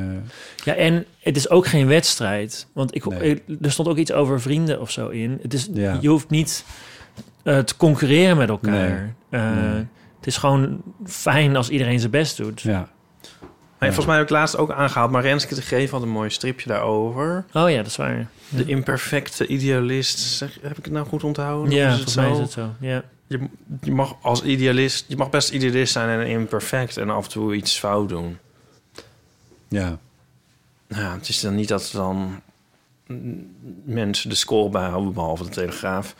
Ja, en het is ook geen wedstrijd. Want ik, eh,
Nee.
er stond ook iets over vrienden of zo in. Het is,
Ja.
Je hoeft niet eh, te concurreren met elkaar. Eh,
Nee.
Het is gewoon fijn als iedereen zijn best doet.
ja.
Maar volgens mij heb ik laatst ook aangehaald. Maar Renske de Geef had een mooi stripje daarover.
Oh ja, dat is waar.
De imperfecte idealist. Zeg, heb ik het nou goed onthouden? Of
ja,
is het
volgens mij
zo?
is het zo. Ja.
Je, je mag als idealist, je mag best idealist zijn en imperfect en af en toe iets fout doen.
ja.
Ja, het is dan niet dat dan mm, mensen de score bijhouden, behalve de Telegraaf.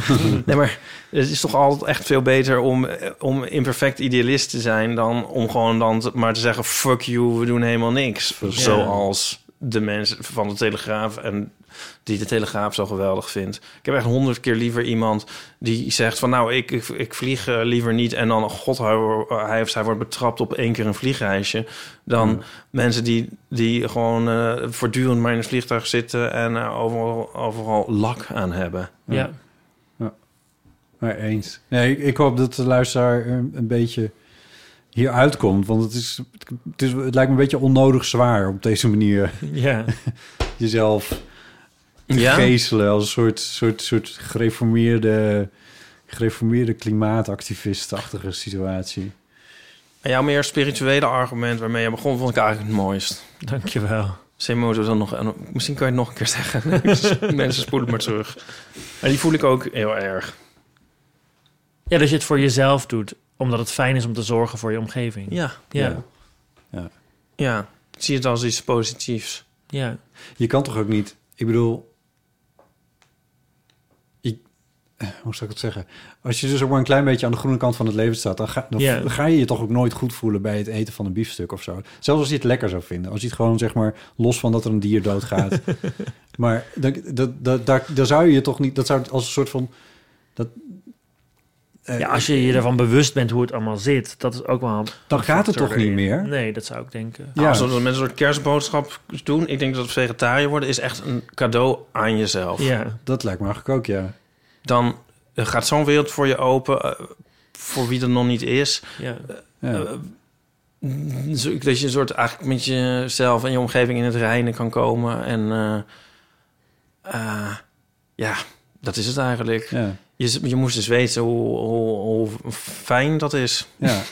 nee, maar het is toch altijd echt veel beter om, eh, om imperfect idealist te zijn... dan om gewoon dan te- maar te zeggen, fuck you, we doen helemaal niks. Zoals de mensen van de Telegraaf en die de Telegraaf zo geweldig vindt. Ik heb echt honderd keer liever iemand die zegt van... nou, ik, ik, ik vlieg eh, liever niet en dan, oh god, hij, wo- hij of zij wordt betrapt op één keer een vliegreisje... dan mensen die, die gewoon eh, voortdurend maar in het vliegtuig zitten... en eh, overal, overal lak aan hebben.
Ja.
Ja. Maar eens. Nee, ik, ik hoop dat de luisteraar een, een beetje hieruit komt. Want het, is, het, is, het lijkt me een beetje onnodig zwaar op deze manier
Ja.
jezelf
Ja?
geestelen als een soort, soort, soort gereformeerde, gereformeerde klimaatactivistachtige situatie.
En jouw meer spirituele argument waarmee je begon... vond ik eigenlijk het mooist.
Dankjewel.
Semoto dan nog... en Misschien kan je het nog een keer zeggen. Mensen spoelen maar terug. En die voel ik ook heel erg.
Ja, dat je het voor jezelf doet, omdat het fijn is om te zorgen voor je omgeving.
Ja,
Ja.
Ja.
ja. Ik zie het als iets positiefs.
ja.
Je kan toch ook niet... Ik bedoel... Ik, eh, hoe zou ik het zeggen? Als je dus ook maar een klein beetje aan de groene kant van het leven staat... dan ga, dan
Ja.
v- ga je je toch ook nooit goed voelen bij het eten van een biefstuk of zo. Zelfs als je het lekker zou vinden. Als je het gewoon, zeg maar, los van dat er een dier doodgaat. maar dan, dat, dat, daar, daar zou je je toch niet... Dat zou als een soort van... Dat, eh,
Ja, als je je ervan bewust bent hoe het allemaal zit, dat is ook wel... een
dan gaat het
factor
toch niet
erin.
meer?
Nee, dat zou ik denken.
Ja.
Als we dat met een soort kerstboodschap doen... ik denk dat vegetariër worden is echt een cadeau aan jezelf.
Ja.
Dat lijkt me eigenlijk ook, ja.
Dan eh, gaat zo'n wereld voor je open... eh, voor wie er nog niet is.
ja.
ja.
Eh, zo- dat je een soort eigenlijk met jezelf en je omgeving in het reinen kan komen. En eh, eh, ja, dat is het eigenlijk.
ja.
Je, z- je moest dus weten hoe, hoe, hoe fijn dat is.
Ja.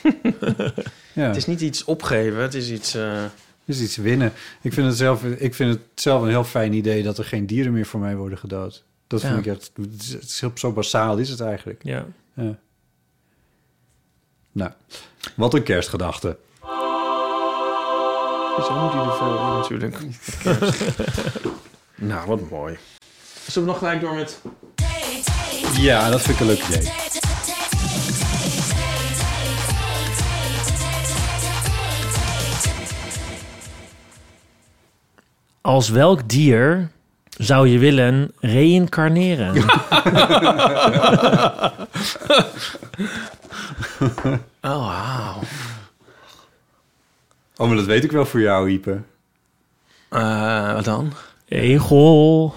ja.
Het is niet iets opgeven, het is iets... eh,
Het is iets winnen. Ik vind, het zelf, ik vind het zelf een heel fijn idee dat er geen dieren meer voor mij worden gedood. Dat
Ja.
vind ik echt... Het is, het is heel- zo basaal is het eigenlijk.
ja.
Ja. Nou, wat een kerstgedachte.
Zo moet hij er veel in natuurlijk. nou, wat mooi. Zullen we nog gelijk door met...
Ja, dat vind ik een leuk idee.
Take, take, take, take, take, take, take, take, take, take, take, take, take,
Als welk dier zou je willen reïncarneren?
Oh, wow.
Oh, maar dat weet ik wel voor jou, Ipe.
Eh, wat dan?
Egel.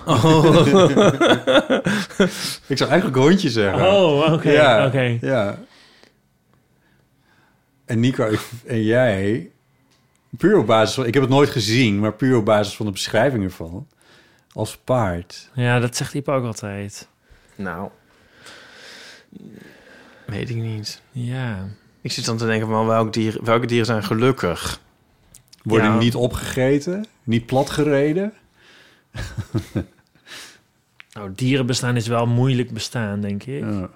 Ik zou eigenlijk hondje zeggen.
Oh, oké.
ja.
oké.
Ja. En Nico en jij, puur op basis van... Ik heb het nooit gezien, maar puur op basis van de beschrijving ervan. Als paard.
Ja, dat zegt Iep ook altijd.
Nou, weet ik niet.
Ja.
Ik zit dan te denken van welk dier, welke dieren zijn gelukkig?
Worden
Ja.
niet opgegeten, niet platgereden.
Nou, dierenbestaan is wel moeilijk bestaan, denk ik.
Ja.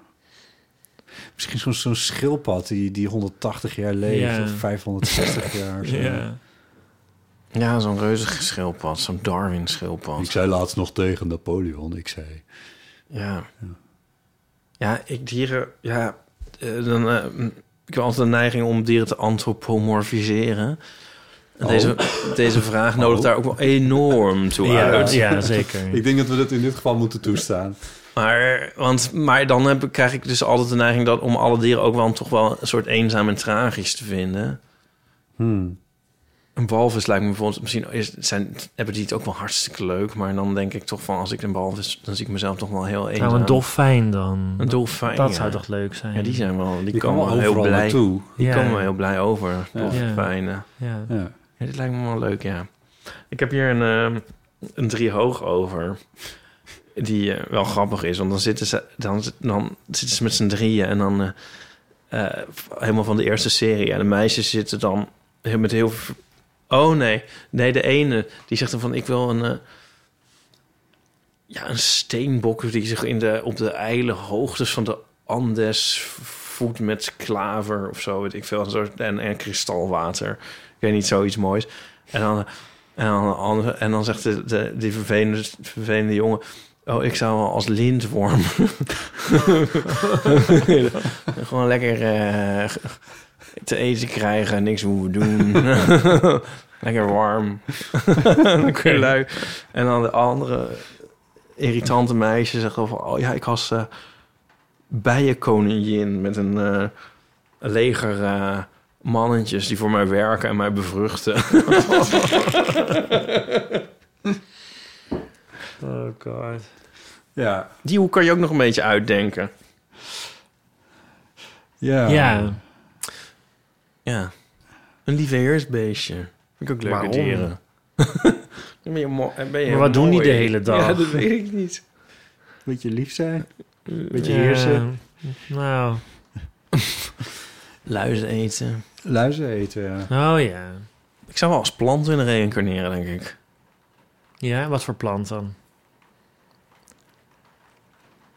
Misschien zo'n zo'n schildpad die, die 180 jaar leeft
Ja.
of 560 jaar. Zo.
Ja.
Ja, zo'n reuzige schildpad, zo'n Darwin schildpad.
Ik zei laatst nog tegen Napoleon, ik zei...
Ja. Ja, ik dieren... Ja, eh, dan, eh, ik heb altijd de neiging om dieren te antropomorfiseren. En
Oh.
Deze, deze vraag nodigt daar ook wel enorm toe
Ja,
uit.
ja,
Hm.
zeker.
Ik denk dat we dat in dit geval moeten toestaan.
Maar, want, maar dan heb, ik- krijg ik dus altijd de neiging dat om alle dieren ook wel toch wel een soort eenzaam en tragisch te vinden.
Hmm.
Een walvis lijkt me bijvoorbeeld, misschien is, zijn, hebben die het ook wel hartstikke leuk, maar dan denk ik toch van als ik een walvis, dan zie ik mezelf toch wel heel eenzaam.
Nou, een dolfijn dan.
Een dolfijn.
Dat
ja.
zou toch leuk zijn?
Ja, die zijn wel, die,
Die
komen wel
overal
heel blij.
naartoe.
Die
Ja.
komen wel heel blij over.
Ja.
Dolfijnen. Ja.
Ja.
Ja.
dit lijkt me wel leuk, ja. Ik heb hier een, ehm, een driehoog over. Die eh, wel grappig is, want dan zitten ze, dan, zit- dan zitten ze met z'n drieën en dan eh, eh, helemaal van de eerste serie. En de meisjes zitten dan heel- met heel veel. Oh nee, nee, de ene die zegt dan van ik wil een. eh, ja, een steenbok die zich in de, op de eile hoogtes van de Andes voedt met klaver of zo, weet ik veel. Een soort, en, en kristalwater. Ik weet niet, zoiets moois. En dan, en dan, de andere- en dan zegt de, de, die vervelende, vervelende jongen... Oh, ik zou wel als lintworm... Gewoon lekker eh, te eten krijgen, niks hoeven doen. lekker warm. lekker lui. En dan de andere irritante meisje zegt over... Oh ja, ik was eh bijenkoningin met een eh, leger... eh, mannetjes die voor mij werken en mij bevruchten.
Oh god.
Ja.
Die hoe kan je ook nog een beetje uitdenken.
Ja.
Ja.
Ja. Een lieveheersbeestje. Vind ik ook leuke
Waarom?
dieren. Dan ben je mo- dan ben je
Maar wat doen die
mooi.
de hele dag?
Ja, dat weet ik niet.
Moet je lief zijn?
Beetje
heersen.
Nou,
Luizen eten.
Luizen eten, ja.
oh ja.
Ik zou wel als plant willen reïncarneren, denk ik.
Ja, wat voor plant dan?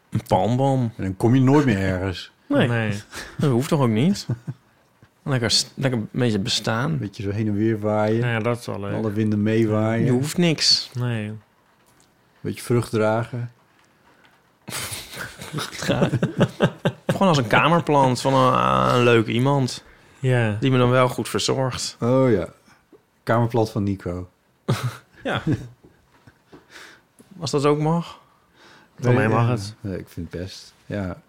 Een palmboom.
En dan kom je nooit meer ergens.
Nee, dat hoeft toch ook niet? Lekker, s- lekker een beetje
Een
bestaan.
beetje zo heen en weer waaien.
Nou ja, dat is wel leuk.
Alle winden meewaaien.
Je
Een
hoeft niks.
Nee.
beetje vrucht dragen.
Gewoon als een kamerplant van een, een leuk iemand.
Ja.
Die me dan wel goed verzorgt.
Oh ja. Kamerplat van Nico.
Ja. Als dat ook mag.
Voor mij
Nee,
mag
ja.
het.
Nee, ik vind het best. Ja.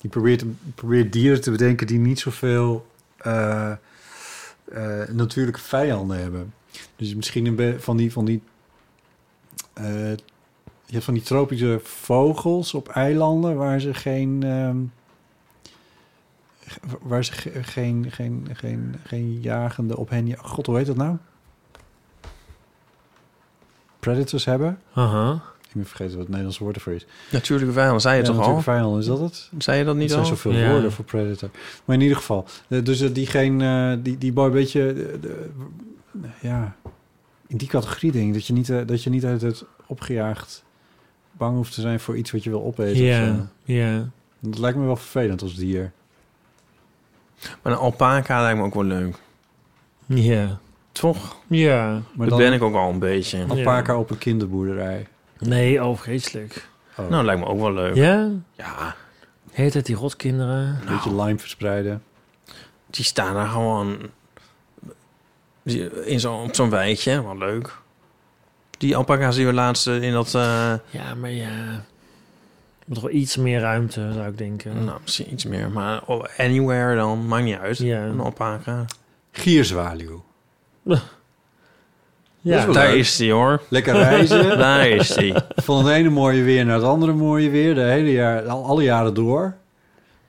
Je probeert, probeert dieren te bedenken die niet zoveel eh, eh, natuurlijke vijanden hebben. Dus misschien een be- van die, van die eh, je hebt van die tropische vogels op eilanden waar ze geen ehm, ge- waar ze ge- geen, geen, geen, geen jagende op hen. ja- God, hoe heet dat nou? Predators hebben.
Aha.
Ik ben vergeten wat het Nederlandse woord ervoor is.
Natuurlijke vijand, zei je
Ja,
toch al?
natuurlijk vijand, is dat het?
Zei je dat
Er
niet
zijn
al?
zoveel
Ja.
woorden voor predator. Maar in ieder geval, eh, dus eh, die geen, eh, die, die boy een beetje, eh, de- eh, ja, in die categorie denk ik, dat je niet, eh, dat je niet uit het opgejaagd bang hoeft te zijn voor iets wat je wil opeten. of zo.
Ja. Ja.
Dat lijkt me wel vervelend als dier.
Maar een alpaca lijkt me ook wel leuk.
Ja.
Toch?
Ja.
Maar
dat
dan
ben ik ook al een beetje.
Ja.
alpaca op een kinderboerderij.
Nee, oh, vreselijk.
Oh,
Nou, lijkt me ook wel leuk. Ja.
Ja? Heet het die rotkinderen?
een
Nou.
beetje lime verspreiden.
Die staan daar gewoon die- in zo, op zo'n wijtje. Wat leuk. Die alpaca's die we laatst eh, in dat... eh,
Ja, maar ja. Moet toch wel iets meer ruimte, zou ik denken.
nou, misschien iets meer, maar oh, anywhere dan. Maakt niet uit.
Ja.
Een alpaca.
Gierzwaluw.
Ja,
wel
Daar
leuk.
is die hoor.
Lekker reizen.
Daar is die.
van het ene mooie weer naar het andere mooie weer. De hele jaar, al, alle jaren door.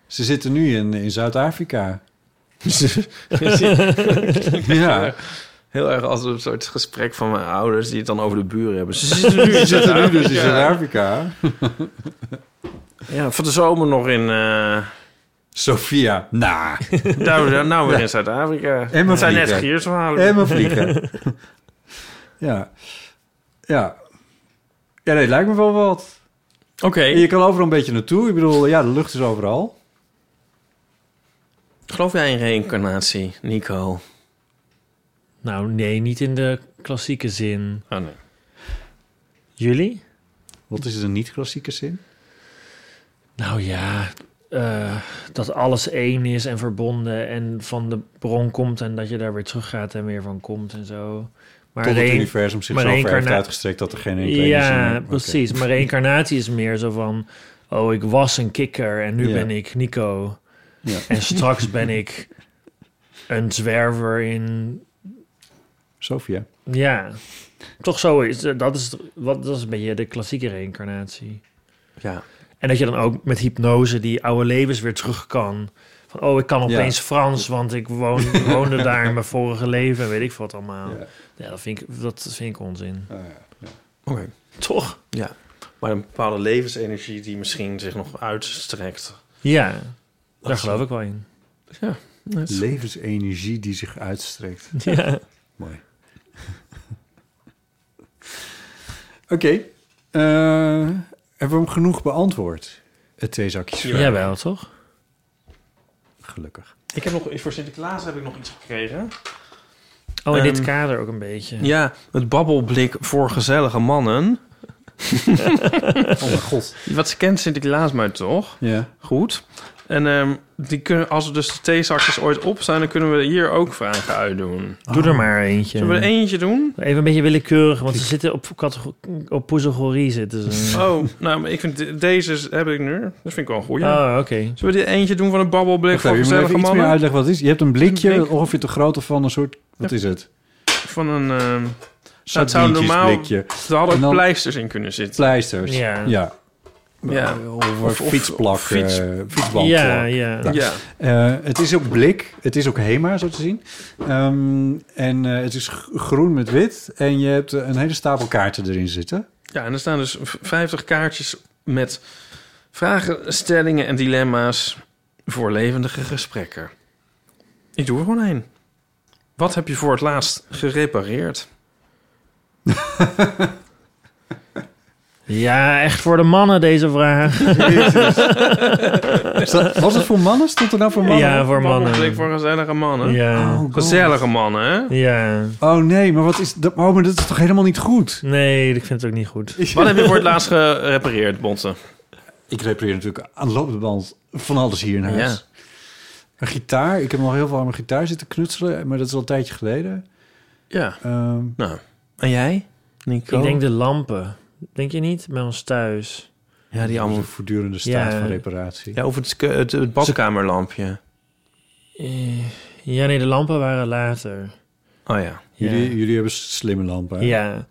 Ze zitten nu in, in Zuid-Afrika. ja,
Heel erg als een soort gesprek van mijn ouders die het dan over de buren hebben. Ze zitten nu, ze
zitten nu dus in Zuid-Afrika.
Ja, van de zomer nog in... eh,
Sofia. Nou,
Nou, we- nou weer in Zuid-Afrika.
En we
Het zijn net
vliegen.
gierzwalen.
en we vliegen. ja. Ja. Ja, nee, het lijkt me wel wat.
Oké.
En je kan overal een beetje naartoe. Ik bedoel, ja, de lucht is overal.
Geloof jij in reïncarnatie, Nico?
Nou, nee, niet in de klassieke zin.
Oh nee.
Jullie?
Wat is het een niet-klassieke zin?
Nou ja, eh, dat alles één is en verbonden en van de bron komt en dat je daar weer terug gaat en weer van komt en zo. Maar
Tot het
reïn-
universum zich
maar
zo ver heeft
reïncarna-
uitgestrekt dat er geen enkele ene
Ja,
zin- Oké.
precies. Maar reïncarnatie is meer zo van... Oh, ik was een kikker en nu
Ja.
ben ik Nico.
Ja.
En straks ben ik een zwerver in...
Sofia.
Ja, toch zo is dat. Is, wat, dat is een beetje de klassieke reïncarnatie.
Ja.
En dat je dan ook met hypnose die oude levens weer terug kan. Van, oh, ik kan opeens Frans, want ik woon, woonde daar in mijn vorige leven. en Weet ik wat allemaal. Ja,
Ja.
dat, vind ik, dat vind ik onzin.
Ah, ja.
Oké.
Toch?
Ja. Maar een bepaalde levensenergie die misschien zich nog uitstrekt.
Ja, daar geloof ik wel in.
Levensenergie die zich uitstrekt.
Ja.
Mooi. Oké. eh, hebben we hem genoeg beantwoord? Het theezakjes.
Ja. Jawel, toch?
Gelukkig.
Ik heb nog, voor Sinterklaas heb ik nog iets gekregen.
Oh, in dit
Ehm,
kader ook een beetje.
Ja, het babbelblik voor gezellige mannen.
Oh mijn god.
Wat kent Sinterklaas maar toch?
Ja.
Goed. En ehm, die kunnen, als er dus de theezakjes ooit op zijn, dan kunnen we hier ook vragen uitdoen.
Doe er maar eentje.
Zullen we er eentje doen?
Even een beetje willekeurig, want ze zitten op, catego- op poezelgorie zitten ze.
Oh, nou, maar ik vind de- deze is- heb ik nu. Dat vind ik wel een goeie.
Oh, oké.
Zullen we er eentje doen van een babbelblik
Ik ga
voor
je moet
gezellige
even iets meer
mannen?
uitleggen wat het is. Je hebt een blikje,
Een blik.
ongeveer de grootte van een soort... Wat is het?
Van een... ehm zou normaal-
Sardientjesblikje.
er hadden
En
ook
dan-
pleisters in kunnen zitten.
Pleisters.
Ja.
ja.
Ja.
Of,
Of- of-
fietsplak.
of fiets-
eh, fietsbandplak.
Ja, ja.
Ja.
Ja.
Eh, het is ook blik. Het is ook Hema, zo te zien. Ehm, en eh, het is g- groen met wit. En je hebt eh, een hele stapel kaarten erin zitten.
ja, en er staan dus v- 50 kaartjes met vragen, stellingen en dilemma's voor levendige gesprekken. Ik doe er gewoon één. Wat heb je voor het laatst gerepareerd?
Ja, echt voor de mannen deze vraag.
Was het voor mannen? Stond er nou voor mannen?
Ja, voor
Babbelblik
mannen.
voor gezellige mannen.
Ja.
Oh, God.
Gezellige mannen, hè?
Ja.
Oh nee, maar wat is dat? Oh, maar dat is toch helemaal niet goed?
Nee, ik vind het ook niet goed.
Wat heb je voor het laatst gerepareerd, Bonte?
Ik repareer natuurlijk aan de lopende band van alles hier in huis.
Ja.
Een gitaar. Ik heb nog heel veel aan mijn gitaar zitten knutselen. Maar dat is al een tijdje geleden.
Ja.
Ehm,
Nou, en jij, Nico?
Ik denk de lampen. Denk je niet? Bij ons thuis.
ja, die
dat is
allemaal...
een voortdurende staat
Ja.
van reparatie.
Ja, of het, ke- het, het badkamerlampje.
Eh, Ja, nee, de lampen waren later.
Oh ja.
Ja.
Jullie, jullie hebben slimme lampen. hè?
Ja.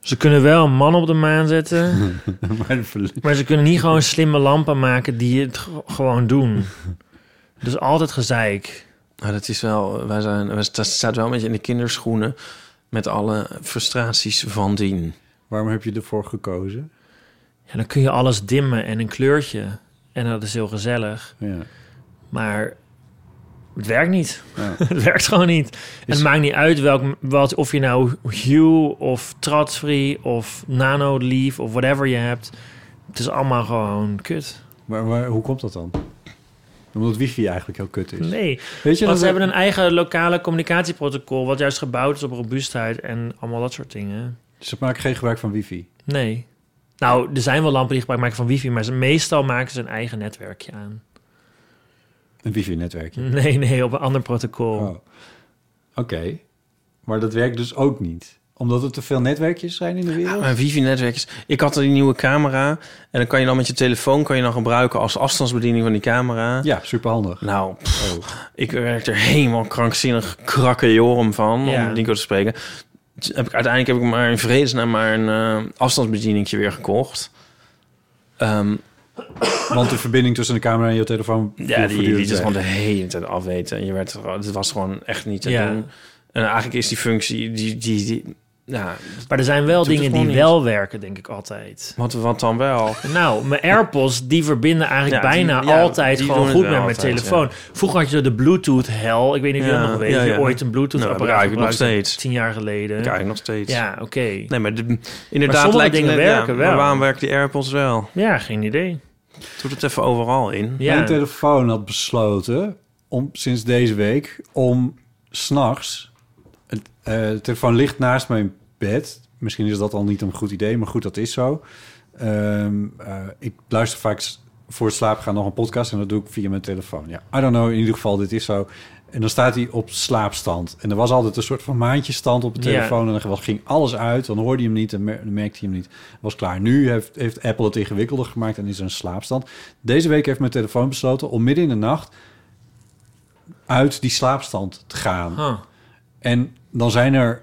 Ze kunnen wel een man op de maan zetten,
Maar de verle-
maar ze kunnen niet gewoon slimme lampen maken die het g- gewoon doen. Dus altijd gezeik.
Nou, dat is wel... Wij zijn, wij sta- staat wel een beetje in de kinderschoenen... met alle frustraties van dien.
Waarom heb je ervoor gekozen?
Ja, dan kun je alles dimmen en een kleurtje. En dat is heel gezellig.
Ja.
Maar het werkt niet.
Ja.
het werkt gewoon niet. En het maakt niet uit welk, wat, of je nou Hue of Tradsfree of Nano Leaf of whatever je hebt. Het is allemaal gewoon kut.
Maar, maar hoe komt dat dan? Omdat het wifi eigenlijk heel kut is.
Nee,
Weet je,
want
dat
ze hebben een eigen lokale communicatieprotocol... wat juist gebouwd is op robuustheid en allemaal dat soort dingen.
ze maken geen gebruik van wifi.
Nee. Nou, er zijn wel lampen die gebruik maken van wifi... maar ze, meestal maken ze een eigen netwerkje aan.
Een wifi-netwerkje.
Nee, nee, op een ander protocol.
Oh. Oké. Maar dat werkt dus ook niet. Omdat er te veel netwerkjes zijn in de wereld?
Mijn wifi-netwerkjes. Ik had die nieuwe camera. En dan kan je dan met je telefoon kan je dan gebruiken als afstandsbediening van die camera.
Ja, superhandig. Oh.
Nou, pff, ik werd er helemaal krankzinnig krakkejorum van,
Ja.
om het Nico te spreken. Dus Heb ik, uiteindelijk heb ik maar in vredesnaam maar een eh afstandsbedieningje weer gekocht. Ehm,
Want de verbinding tussen de camera en je telefoon...
ja,
viel
die
voortdurend
liet het
weg.
gewoon de hele tijd afweten. En je werd, er- het was gewoon echt niet te
Ja.
doen. En eigenlijk is die functie, die, die, die ja,
Maar er zijn wel
Doet het
dingen die
gewoon niet.
wel werken, denk ik altijd.
wat, wat dan wel?
Nou, mijn AirPods die verbinden eigenlijk
Ja, die-
bijna
ja,
altijd
die
gewoon
doen
goed
het
met
wel
mijn
altijd,
telefoon. Vroeger had je de Bluetooth hel. Ik weet niet of je
Ja,
dat nog weet.
ja,
dat je
ja.
ooit een Bluetooth
Nou, dat
apparaat
heb ik eigenlijk nog
gebruikte.
steeds.
Tien jaar geleden.
Ik eigenlijk nog steeds.
Ja, oké.
Nee, maar de, inderdaad
sommige
lijkt het
dingen
net- ja,
werken
maar
wel.
waarom werken die AirPods wel?
Ja, geen idee.
Doe het even overal in.
Ja.
Mijn telefoon had besloten om sinds deze week om s'nachts. de telefoon ligt naast mijn bed. Misschien is dat al niet een goed idee, maar goed, dat is zo. Ehm, eh, ik luister vaak s- voor het slaapgaan nog een podcast en dat doe ik via mijn telefoon. Ja, I don't know, in ieder geval, dit is zo. En dan staat hij op slaapstand. En er was altijd een soort van maandjesstand op de
Ja.
telefoon. En dan ging alles uit. Dan hoorde je hem niet en mer- dan merkte hij hem niet. Was klaar. Nu heeft, heeft Apple het ingewikkelder gemaakt en is er een slaapstand. Deze week heeft mijn telefoon besloten om midden in de nacht uit die slaapstand te gaan.
Huh.
En dan zijn er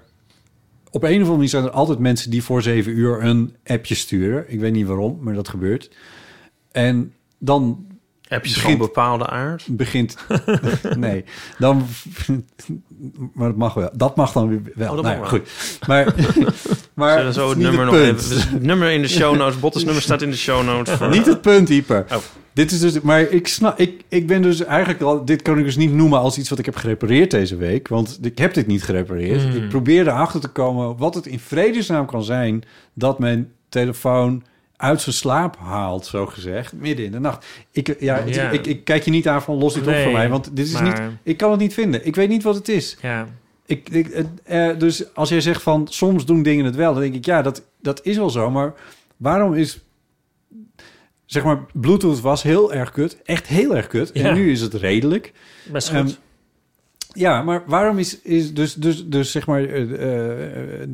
op een of andere manier zijn er altijd mensen die voor zeven uur een appje sturen. Ik weet niet waarom, maar dat gebeurt. En dan
Heb je
Begint-
gewoon bepaalde aard?
begint. nee, dan. maar dat mag wel. Dat mag dan weer wel.
Oh, dat
nou,
mag
ja,
wel.
goed. Maar. maar
Zullen we zo het
het is niet
nummer nog
punt.
even. dus het nummer in de show notes. Bottes nummer staat in de show notes. Voor,
Niet het punt, Ieper.
Oh.
Dit is dus, maar ik snap, ik, ik ben dus eigenlijk al, dit kan ik dus niet noemen als iets wat ik heb gerepareerd deze week, want ik heb dit niet gerepareerd.
Mm.
Ik probeer erachter te komen wat het in vredesnaam kan zijn dat mijn telefoon uit zijn slaap haalt, zo gezegd, midden in de nacht. Ik, ja, het-
Ja.
Ik, ik kijk je niet aan van los dit op
Nee,
voor mij, want dit is
maar-
niet, ik kan het niet vinden. Ik weet niet wat het is.
Ja.
Ik, ik, het, eh, dus als jij zegt van soms doen dingen het wel, dan denk ik ja, dat, dat is wel zo. Maar waarom is. Zeg maar, Bluetooth was heel erg kut. Echt heel erg kut.
Ja.
En nu is het redelijk.
Best goed.
Ehm, ja, maar waarom is, is dus, dus, dus zeg maar, eh, eh, eh,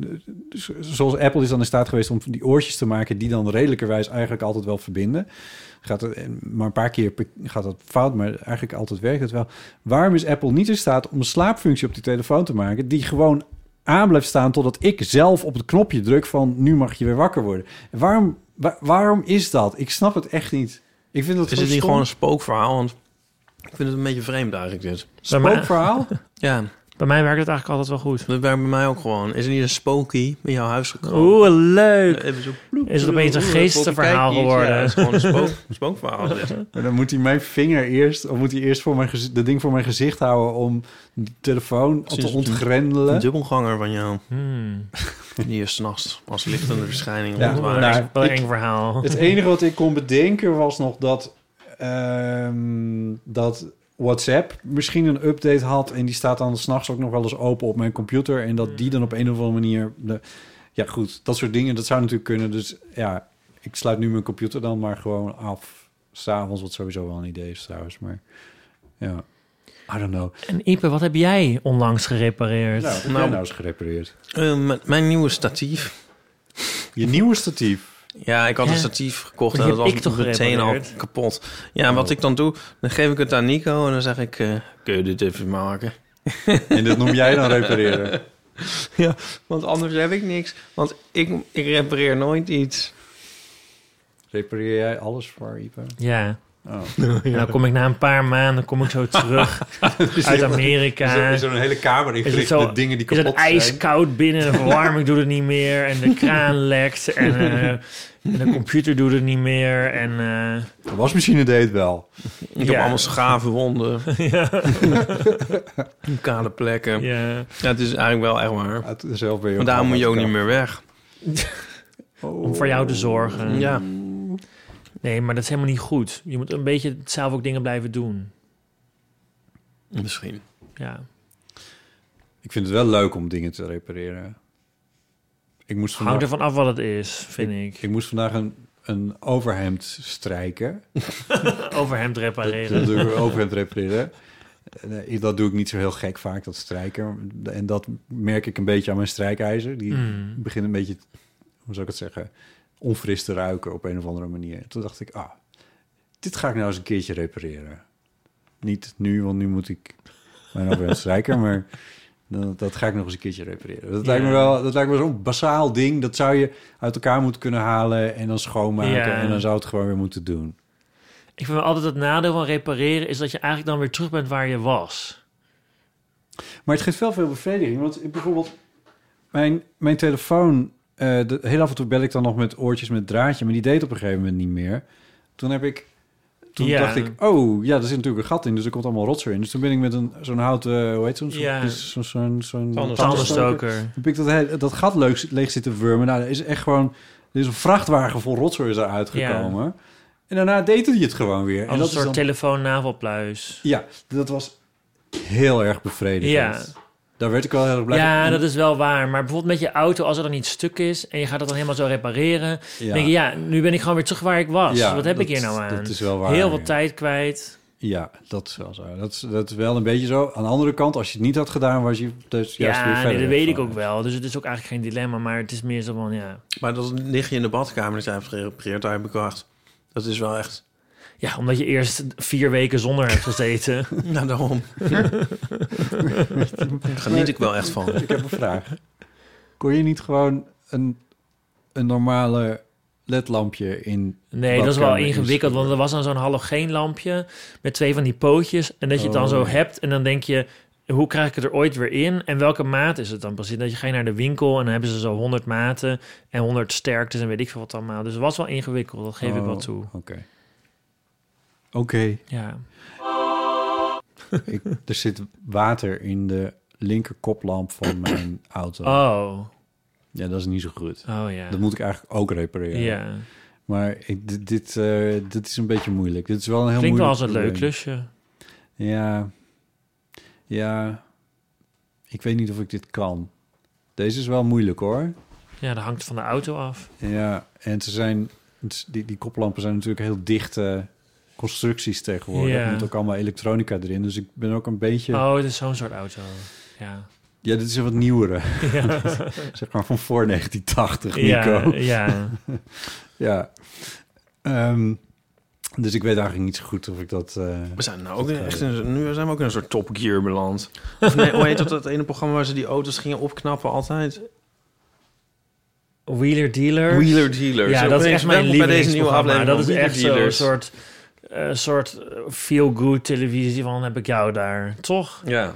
dus zoals Apple is dan in staat geweest om die oortjes te maken die dan redelijkerwijs eigenlijk altijd wel verbinden. Gaat het, eh, maar een paar keer per- gaat dat fout, maar eigenlijk altijd werkt het wel. Waarom is Apple niet in staat om een slaapfunctie op die telefoon te maken die gewoon aan blijft staan totdat ik zelf op het knopje druk van nu mag je weer wakker worden? En waarom, wa- waarom is dat? Ik snap het echt niet. Ik vind dat
is het niet
stom.
gewoon een spookverhaal? Want ik vind het een beetje vreemd eigenlijk dit.
Bij mij-
spookverhaal?
Ja,
Bij mij werkt het eigenlijk altijd wel goed.
dat werkt bij mij ook gewoon. Is er niet een spooky in jouw huis gekomen?
Oeh, leuk.
Even zo
Is het opeens een geestenverhaal geworden?
Ja, het is gewoon een spook, spookverhaal. dit.
Maar dan moet hij mijn vinger eerst, of moet hij eerst voor mijn gezi- dat ding voor mijn gezicht houden om de telefoon te
Precies.
ontgrendelen.
Een dubbelganger van jou.
Hmm,
Die is s'nachts als lichtende verschijning.
Ja,
Ja,
nou,
wel een
ik-
eng verhaal.
het enige wat ik kon bedenken was nog dat, ehm, dat WhatsApp misschien een update had en die staat dan s'nachts ook nog wel eens open op mijn computer en dat die dan op een of andere manier, de, ja goed, dat soort dingen, dat zou natuurlijk kunnen. Dus ja, ik sluit nu mijn computer dan maar gewoon af, s'avonds, wat sowieso wel een idee is trouwens, maar ja, I don't know.
En Ipe, wat heb jij onlangs gerepareerd?
Nou, dat heb
Nou,
jij nou eens gerepareerd.
Eh, mijn nieuwe statief.
Je nieuwe statief.
Ja, ik had
Ja.
een statief gekocht
Maar
en
die
dat
heb
was
ik toch
meteen al
gerepareerd?
kapot. Ja, wat ik dan doe, dan geef ik het aan Nico en dan zeg ik... eh, kun je dit even maken?
En dat noem jij dan repareren.
Want anders heb ik niks. Want ik, ik repareer nooit iets.
Repareer jij alles voor Ipe?
Ja.
Oh.
En dan kom ik na een paar maanden kom ik zo terug uit Amerika.
er eh? een hele kamer
Is het zo- is het ijskoud binnen, de verwarming doet het niet meer en de kraan lekt en, eh, en de computer doet het niet meer. En, eh,
De wasmachine deed het wel.
Ik
Ja.
heb allemaal schave wonden.
ja,
Kale plekken. Ja.
ja.
het is eigenlijk wel echt waar.
Uit- Zelf ben je
Maar daarom moet je ook niet meer weg.
Om voor jou te zorgen.
Ja.
Nee, maar dat is helemaal niet goed. Je moet een beetje zelf ook dingen blijven doen.
Misschien.
Ja.
Ik vind het wel leuk om dingen te repareren. Ik moest
Hangt
vandaag,
ervan af wat het is, vind ik.
ik moest vandaag een, een overhemd strijken.
Overhemd
Dat
repareren.
doe ik weer overhemd repareren. eh, dat doe ik niet zo heel gek vaak, dat strijken. En dat merk ik een beetje aan mijn strijkijzer. Die
Mm.
begint een beetje, hoe zou ik het zeggen, onfris te ruiken op een of andere manier. Toen dacht ik, ah, dit ga ik nou eens een keertje repareren. Niet nu, want nu moet ik mijn over strijken, maar dat, dat ga ik nog eens een keertje repareren. Dat
Ja.
lijkt me wel, dat lijkt me zo'n basaal ding. Dat zou je uit elkaar moeten kunnen halen en dan schoonmaken
Ja.
en dan zou het gewoon weer moeten doen.
Ik vind altijd het nadeel van repareren is dat je eigenlijk dan weer terug bent waar je was.
Maar het geeft wel veel bevrediging. Want ik bijvoorbeeld, mijn, mijn telefoon, eh, de, heel af en toe bel ik dan nog met oortjes met draadje, maar die deed op een gegeven moment niet meer. Toen heb ik, toen
Ja.
dacht ik, oh ja, er zit natuurlijk een gat in, dus er komt allemaal rotzooi in. Dus toen ben ik met een zo'n houten, hoe heet zo'n, zo'n-
Ja.
zo'n, zo'n, zo'n
Tandenstoker.
heb ik dat, hele- dat gat leuk, leeg zitten wurmen. Nou, er is echt gewoon... Er is een vrachtwagen vol rotzooi is eruit
Ja.
gekomen. En daarna deed hij het gewoon weer. En
Als een
dat, is
soort
dan-
telefoon-navelpluis.
ja, dat was heel erg bevredigend.
Ja.
Daar werd ik wel heel erg blij
Ja,
van.
dat is wel waar. Maar bijvoorbeeld met je auto, als er dan iets stuk is en je gaat het dan helemaal zo repareren,
Ja.
denk je, ja, nu ben ik gewoon weer terug waar ik was.
Ja,
Wat heb ik
dat-
hier nou aan?
dat is wel waar,
Heel
ja.
wat tijd kwijt.
Ja, dat is wel zo. Dat is, dat is wel een beetje zo. Aan de andere kant, als je het niet had gedaan, was je dus juist weer
Ja,
verder.
nee, dat weet ik
van.
ook wel. Dus het is ook eigenlijk geen dilemma, maar het is meer zo van, ja.
Maar dan lig je in de badkamer dat jij hebt gerepareerd, daar heb ik gewacht. Dat is wel echt...
Ja, omdat je eerst vier weken zonder hebt gezeten.
Nou, daarom. Geniet ik wel echt van.
Ik heb een vraag. Kon je niet gewoon een, een normale ledlampje in...
Nee, dat is wel
badkamer
ingewikkeld, want
instoppen?
er was dan zo'n halogeenlampje met twee van die pootjes. En dat je het dan
Oh.
zo hebt en dan denk je, hoe krijg ik het er ooit weer in? En welke maat is het dan precies? Dat je gaat naar de winkel en dan hebben ze zo 100 maten en 100 sterktes en weet ik veel wat allemaal. Dus het was wel ingewikkeld, dat geef ik wel
Oh,
toe.
Oké. Oké.
Ja.
Ik, er zit water in de linker koplamp van mijn auto.
Oh,
Ja, dat is niet zo goed.
oh ja.
Dat moet ik eigenlijk ook repareren.
Ja,
Maar ik, dit, dit, eh, dit is een beetje moeilijk. Dit is wel een heel
klinkt wel
moeilijk
als een leuk
probleem.
klusje.
Ja. Ja. Ik weet niet of ik dit kan. Deze is wel moeilijk hoor.
Ja, dat hangt van de auto af.
Ja, en ze zijn, het is- die, die koplampen zijn natuurlijk heel dichte constructies tegenwoordig.
Ja.
Met ook allemaal elektronica erin. Dus ik ben ook een beetje...
Oh, het is zo'n soort auto. Ja.
Ja, dit is een wat nieuwere.
Ja.
zeg maar van voor 1980,
Ja,
Nico. Ja.
ja.
Ehm, dus ik weet eigenlijk niet zo goed of ik dat... eh,
We zijn nou ook echt in, een- nu zijn we ook in een soort Top Gear beland. Of nee, hoe heet dat, dat ene programma waar ze die auto's gingen opknappen altijd?
Wheeler dealer.
Wheeler Dealer.
Ja,
Zo
dat is
opeens
echt mijn
welkom bij deze nieuwe
lievelingsprogramma.
aflevering
Dat is
van
echt
Wheeler
zo'n
Dealers.
soort, eh, soort feel-good televisie van heb ik jou daar. Toch?
Ja.
Dan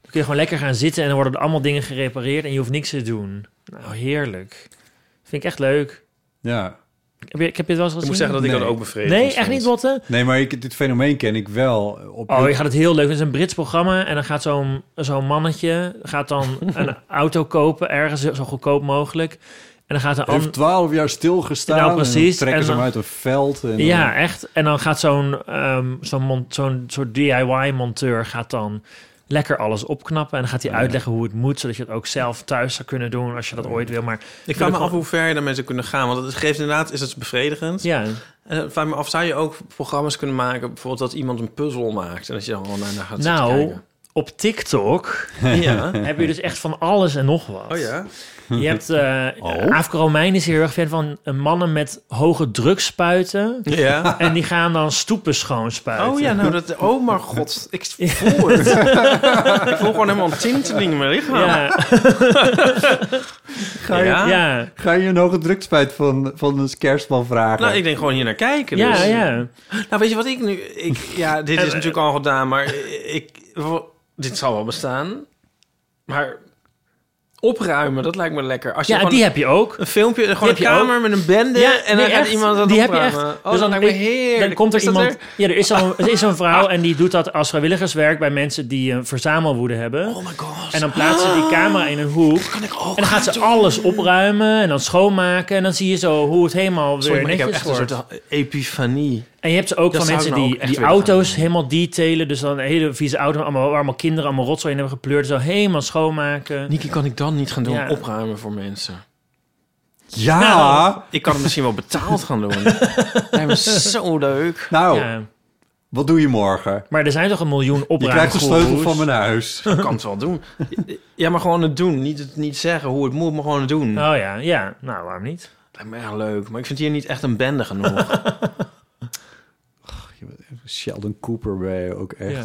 kun je gewoon lekker gaan zitten en dan worden er allemaal dingen gerepareerd en je hoeft niks te doen. Nou, heerlijk. Vind ik echt leuk.
ja,
Heb je, ik heb je het wel eens gezien?
Ik moet zeggen dat ik
Nee.
dat ook bevredigend
Nee, echt
vond.
niet, Lotte?
nee, maar ik, dit fenomeen ken ik wel. Op
Oh, je gaat het heel leuk. Het is een Brits programma en dan gaat zo'n zo'n mannetje gaat dan een auto kopen ergens zo goedkoop mogelijk. En dan gaat een
heeft
ander...
twaalf jaar stilgestaan.
Nou,
En dan
precies.
trekken
En
ze hem
dan-
uit een veld. En
Ja, echt. En dan gaat zo'n ehm, zo'n mon- zo'n soort DIY-monteur gaat dan lekker alles opknappen. En dan gaat hij uitleggen hoe het moet, zodat je het ook zelf thuis zou kunnen doen als je dat ooit wil. Maar
Ik vraag me
Gewoon-
af hoe ver je daarmee zou kunnen gaan. Want het geeft inderdaad, is het bevredigend.
ja,
En ik vraag me af, zou je ook programma's kunnen maken... bijvoorbeeld dat iemand een puzzel maakt... en dat je dan gewoon naar naar gaat zitten
nou, op TikTok
kijken? Ja.
heb je dus echt van alles en nog wat.
Oh ja?
Je hebt, eh Afro Romein is hier heel erg fan van eh, mannen met hoge drukspuiten.
Ja.
En die gaan dan stoepen schoonspuiten.
Oh ja, nou dat... Oh mijn god, ik voel het. ik voel gewoon helemaal een tinteling in mijn lichaam.
Ja,
Ga, je,
Oh, Ja.
ja,
ga je een hoge drukspijt van, van een kerstman vragen?
Nou, ik denk gewoon hier naar kijken.
ja,
Dus.
ja.
Nou, weet je wat ik nu... Ik, ja, dit is natuurlijk al gedaan, maar ik... Dit zal wel bestaan. Maar opruimen, dat lijkt me lekker. Als je
Ja,
gewoon
die heb je ook.
een filmpje, gewoon een
heb je ook.
kamer met een bende...
Ja,
en dan
nee,
gaat
echt.
iemand dat
die heb je
opruimen.
echt. dus
Oh, dat lijkt me heerlijk.
Dan komt er
Is dat Ah.
iemand. Ja, er is zo'n er is zo'n vrouw en die doet dat als vrijwilligerswerk bij mensen die een verzamelwoede hebben.
Oh my god.
en dan plaatst ze die camera in een hoek.
kan ik ook
En dan gaat ze alles opruimen en dan schoonmaken. En dan zie je zo hoe het helemaal weer
Sorry, maar ik heb
netjes
echt een
wordt.
soort epifanie.
En je hebt ze ook
Dat
van
zou ik
mensen
nou
die
ook echt
die
willen gaan
auto's helemaal detailen. Dus dan een hele vieze auto allemaal, waar allemaal kinderen allemaal rotzooi in hebben gepleurd. Zo helemaal schoonmaken.
Niki, kan ik dan niet gaan doen?
Ja.
Opruimen voor mensen.
ja!
Nou.
Nou,
Ik kan het misschien wel betaald gaan doen. Lijkt me zo leuk.
Ja.
nou, Wat doe je morgen?
Maar er zijn toch een miljoen
Je
opruimgoeroes?
krijgt de sleutel van mijn huis.
Ik kan het wel doen. Ja, maar gewoon het doen. Niet, het niet zeggen hoe het moet, maar gewoon het doen.
Oh ja, ja. Nou, waarom niet?
Lijkt me echt leuk. Maar ik vind hier niet echt een bende genoeg.
Sheldon Cooper ben je ook echt.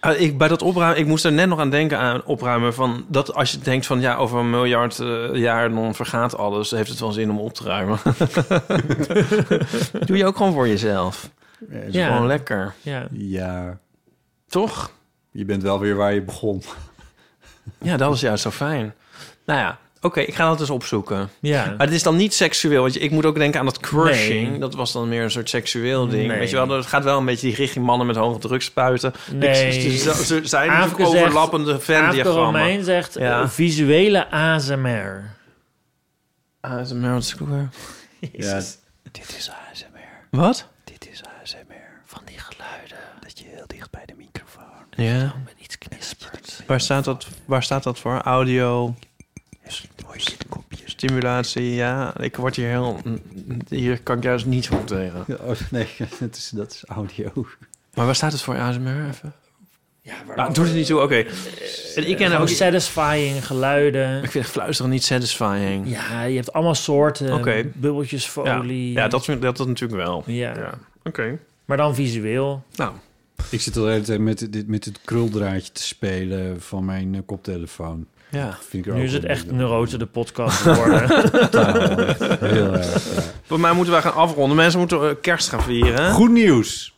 Ja.
Ah, ik, bij dat opruimen, ik moest er net nog aan denken aan opruimen. Van dat als je denkt van ja, over een miljard eh, jaar dan vergaat alles. Heeft het wel zin om op te ruimen. Doe je ook gewoon voor jezelf.
Ja.
Ja.
Gewoon lekker.
Ja.
ja,
Toch?
je bent wel weer waar je begon.
Ja, dat is juist zo fijn. Nou ja, oké, ik ga dat eens opzoeken.
ja.
Maar het is dan niet seksueel. Want je- ik moet ook denken aan dat crushing.
Nee.
Dat was dan meer een soort seksueel ding.
Nee.
Weet je wel, het gaat wel een beetje die richting mannen met hoge druk spuiten.
Nee.
Ik- Ze ze- ze zijn
Aafke zegt-
overlappende
Aafke
Venn-diagrammen.
Romein zegt eh,
Ja.
visuele ASMR.
Ah, het is een Meryl Streep.
Ja,
Dit is ASMR.
Wat?
Dit is ASMR.
Van die geluiden.
Dat je heel dicht bij de microfoon
Ja.
met iets knispert.
Waar staat dat, waar staat dat voor? Audio,
Mooi zit kopjes.
stimulatie, ja. Ik word hier heel... Hier kan ik juist niet goed tegen.
oh, nee, dat is, dat is audio.
Maar waar staat het voor ASMR even? Ja, waar doet Nou, het niet toe, oké. En Ik ken
Eh, Gewoon
ook... Ik
satisfying geluiden.
vind fluisteren niet satisfying.
Ja, je hebt allemaal soorten.
Oké.
Bubbeltjes voor
Ja,
olie.
ja dat, vind- dat, dat natuurlijk wel.
Ja.
Ja. Oké.
Maar dan visueel.
Nou,
Ik zit al de hele tijd met, dit, met het kruldraadje te spelen van mijn eh, koptelefoon.
ja.
Vind ik
Nu
er ook
is het
wel
echt
een-
Neuroze de podcast geworden.
Totaal. Heel erg, ja.
Voor mij moeten wij gaan afronden. Mensen moeten eh, kerst gaan vieren. hè?
Goed nieuws.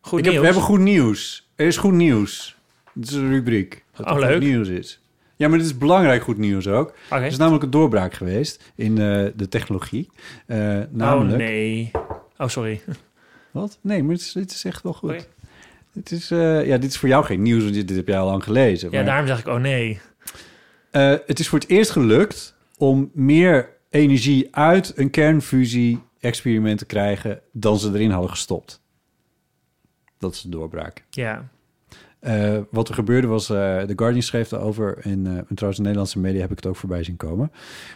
Goed nieuws.
ik Heb, we hebben goed nieuws. Er is goed nieuws. Het is een rubriek. Dat
Oh,
er
leuk.
Goed nieuws is. Ja, maar dit is belangrijk goed nieuws ook.
Oké.
Er is namelijk een doorbraak geweest in eh, de technologie. Eh, namelijk...
Oh nee. Oh, sorry.
Wat? Nee, maar het is, het is echt wel goed.
Oké.
Het is, eh, ja, dit is voor jou geen nieuws, want dit, dit heb jij al lang gelezen.
Ja,
maar,
daarom zeg ik oh nee.
eh, het is voor het eerst gelukt om meer energie uit een kernfusie-experiment te krijgen dan ze erin hadden gestopt. Dat is de doorbraak.
Ja.
Eh, wat er gebeurde was, eh, The Guardian schreef daarover. En, eh, en trouwens, in Nederlandse media heb ik het ook voorbij zien komen.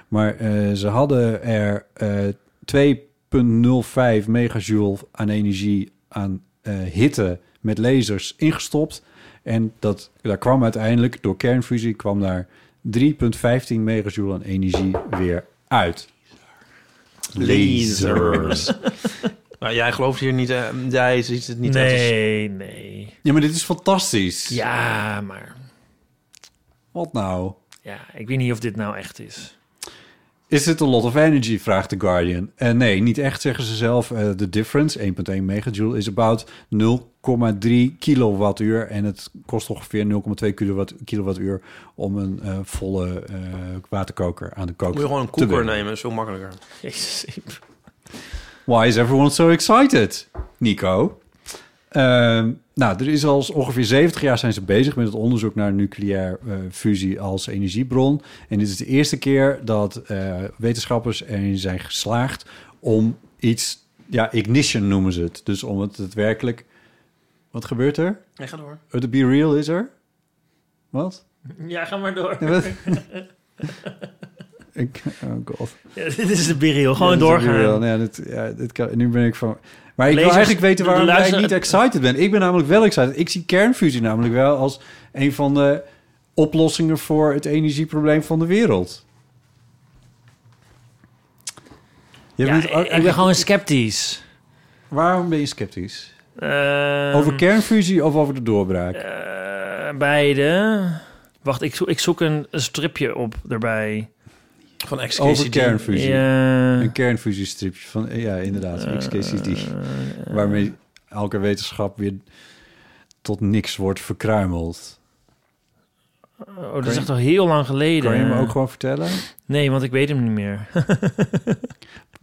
Maar eh, ze hadden er eh 2,05 megajoule aan energie aan eh, hitte met lasers ingestopt. En dat, daar kwam uiteindelijk, door kernfusie, kwam daar 3,15 megajoule aan energie weer uit.
Lasers. Maar Nou, jij gelooft hier niet... eh, jij ziet het niet echt Dus als-
nee, nee.
Ja, maar dit is fantastisch.
Ja, maar...
Wat nou?
Ja, ik weet niet of dit nou echt is.
Is het a lot of energy? vraagt The Guardian. Eh, nee, niet echt, zeggen ze zelf. Eh, The difference, 1,1 megajoule, is about 0,3 kilowattuur. En het kost ongeveer 0,2 kilowatt, kilowattuur om een eh, volle eh, waterkoker aan de kook
Moet je gewoon een
te
koeker
brengen.
nemen, is veel makkelijker.
Jezus. ik-
Why is everyone so excited, Nico? Ehm, nou, er is al ongeveer 70 jaar zijn ze bezig met het onderzoek naar nucleair eh, fusie als energiebron. En dit is de eerste keer dat eh, wetenschappers erin zijn geslaagd om iets, ja, ignition noemen ze het. Dus om het daadwerkelijk. Wat gebeurt er?
Nee, ga door.
Oh, De Be Real is er? Wat?
Ja, ga maar door.
Ja, wat? Ik, oh god.
Ja, dit is de biriel. Gewoon
Ja, dat is
doorgaan.
natuurlijk wel- Ja, dit, ja, dit kan, nu ben ik van... Maar ik wil
Lezers,
eigenlijk weten
de
waarom jij
luister-
niet excited bent. Ik ben namelijk wel excited. Ik zie kernfusie namelijk wel als een van de oplossingen voor het energieprobleem van de wereld. Je
Ja,
bent, ook-
ik ben gewoon sceptisch.
waarom ben je sceptisch?
Ehm,
Over kernfusie of over de doorbraak?
eh, beide. Wacht, ik, zo, ik zoek een, een stripje op erbij.
Van XKCD.
over kernfusie.
Ja. Eh,
Een kernfusiestripje van, ja, inderdaad, XKCD. waarmee elke wetenschap weer tot niks wordt verkruimeld.
Oh, dat
Kan
is
je-
echt al heel lang geleden.
Kan je me ook gewoon vertellen?
Nee, want ik weet hem niet meer.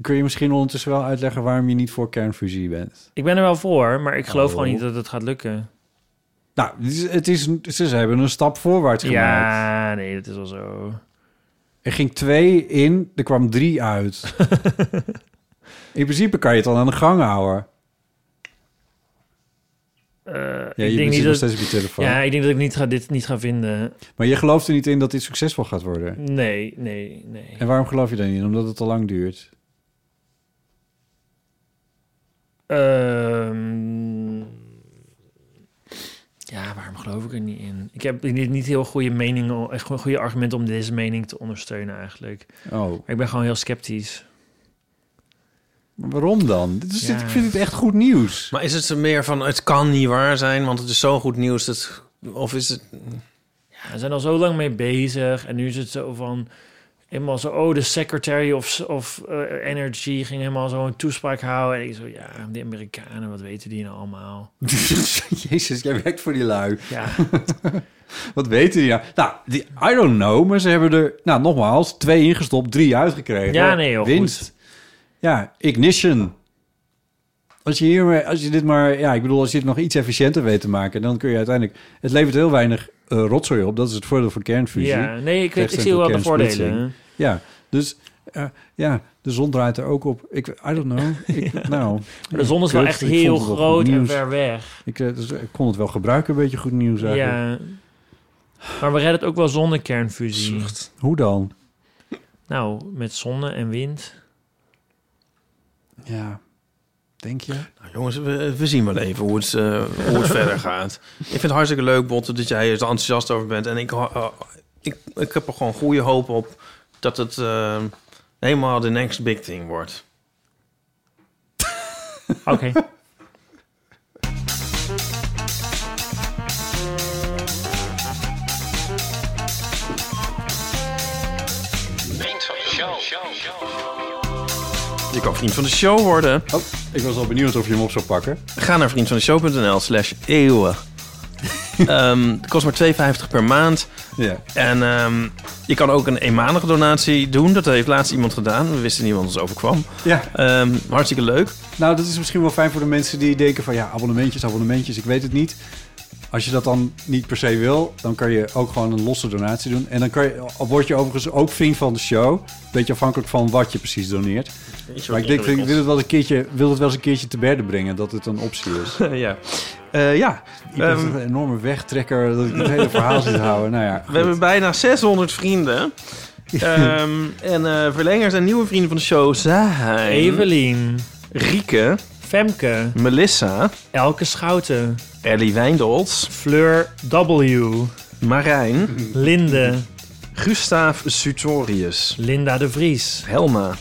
Kun je misschien ondertussen wel uitleggen waarom je niet voor kernfusie bent?
ik ben er wel voor, maar ik geloof
Oh.
gewoon niet dat het gaat lukken.
Nou, het is- het is, ze hebben een stap voorwaarts gemaakt.
Ja, nee, dat is wel zo.
Er ging twee in, er kwam drie uit. in principe kan je het al aan de gang houden.
Eh,
Ja,
ik
je
denk
zit
niet
nog
dat,
steeds op je telefoon.
ja, ik denk dat ik niet ga, dit niet ga vinden.
Maar je gelooft er niet in dat dit succesvol gaat worden.
Nee, nee, nee.
En waarom geloof je daar niet in? Omdat het te lang duurt.
Ehm, Ja, waarom geloof ik er niet in? Ik heb niet, niet heel goede meningen, echt gewoon goede argumenten om deze mening te ondersteunen eigenlijk.
Oh,
Maar ik ben gewoon heel sceptisch.
maar waarom dan? Dit is, dit-
Ja.
ik vind het echt goed nieuws.
Maar is het meer van het kan niet waar zijn, want het is zo goed nieuws dat. Of is het.
Ja, we zijn al zo lang mee bezig en nu is het zo van helemaal zo oh de secretary of of eh, energy ging helemaal zo een toespraak houden en ik zo ja die Amerikanen wat weten die nou allemaal?
Jezus, jij werkt voor die lui.
Ja,
Wat weten die nou? Nou, die, I don't know, maar ze hebben er, nou nogmaals, twee ingestopt, drie uitgekregen.
Ja, nee, heel
Winst.
goed.
Ja, ignition. Als je, hier, maar- als je dit maar, ja, ik bedoel, als je dit nog iets efficiënter weet te maken, dan kun je uiteindelijk, het levert heel weinig eh, rotzooi op. Dat is het voordeel van kernfusie.
ja, nee ik, weet, ik
Tegenstelling
zie wel de
tot
voordelen.
kernsplitsing. Ja, dus eh, ja, de zon draait er ook op. Ik, I don't know. Ik, Nou,
Maar de zon is wel
kut,
echt
ik vond
heel
het wel
groot
goed
en
nieuws.
ver weg.
Ik, eh, dus ik kon het wel gebruiken, een beetje goed nieuws eigenlijk.
Ja, maar we redden het ook wel zonder kernfusie.
Hoe dan?
Nou, met zonne en wind.
Ja, denk je?
Nou, jongens, we, we zien wel even hoe het, eh, hoe het verder gaat. Ik vind het hartstikke leuk, Botte, dat jij er enthousiast over bent. En ik, ho- eh, ik, ik heb er gewoon goede hoop op dat het eh, helemaal de next big thing wordt.
Oké.
Je kan vriend van de show worden.
Oh, ik was al benieuwd of je hem op zou pakken.
Ga naar vriendvandeshow.nl slash eeuwen. Ehm, het kost maar 2,50 per maand.
Ja.
En ehm, je kan ook een eenmalige donatie doen. Dat heeft laatst iemand gedaan. We wisten niet wat ons overkwam.
ja.
Ehm, hartstikke leuk.
Nou, dat is misschien wel fijn voor de mensen die denken van... ja, abonnementjes, abonnementjes, ik weet het niet. Als je dat dan niet per se wil, dan kan je ook gewoon een losse donatie doen. En dan kan je, al word je overigens ook vriend van de show. Beetje afhankelijk van wat je precies doneert. Maar ik denk, ik wil het wel eens een keertje, wil het wel eens een keertje te berden brengen dat het een optie is.
ja. Eh, ja.
Ik ben
Ehm.
een enorme wegtrekker dat ik het hele verhaal zit te houden. Nou ja,
We hebben bijna 600 vrienden. Ehm, en eh, verlengers en nieuwe vrienden van de show zijn...
Evelien,
Rieke,
Femke,
Melissa,
Elke Schouten,
Ellie Wijndolds,
Fleur W,
Marijn,
Linde,
Gustav Sutorius,
Linda de Vries,
Helma,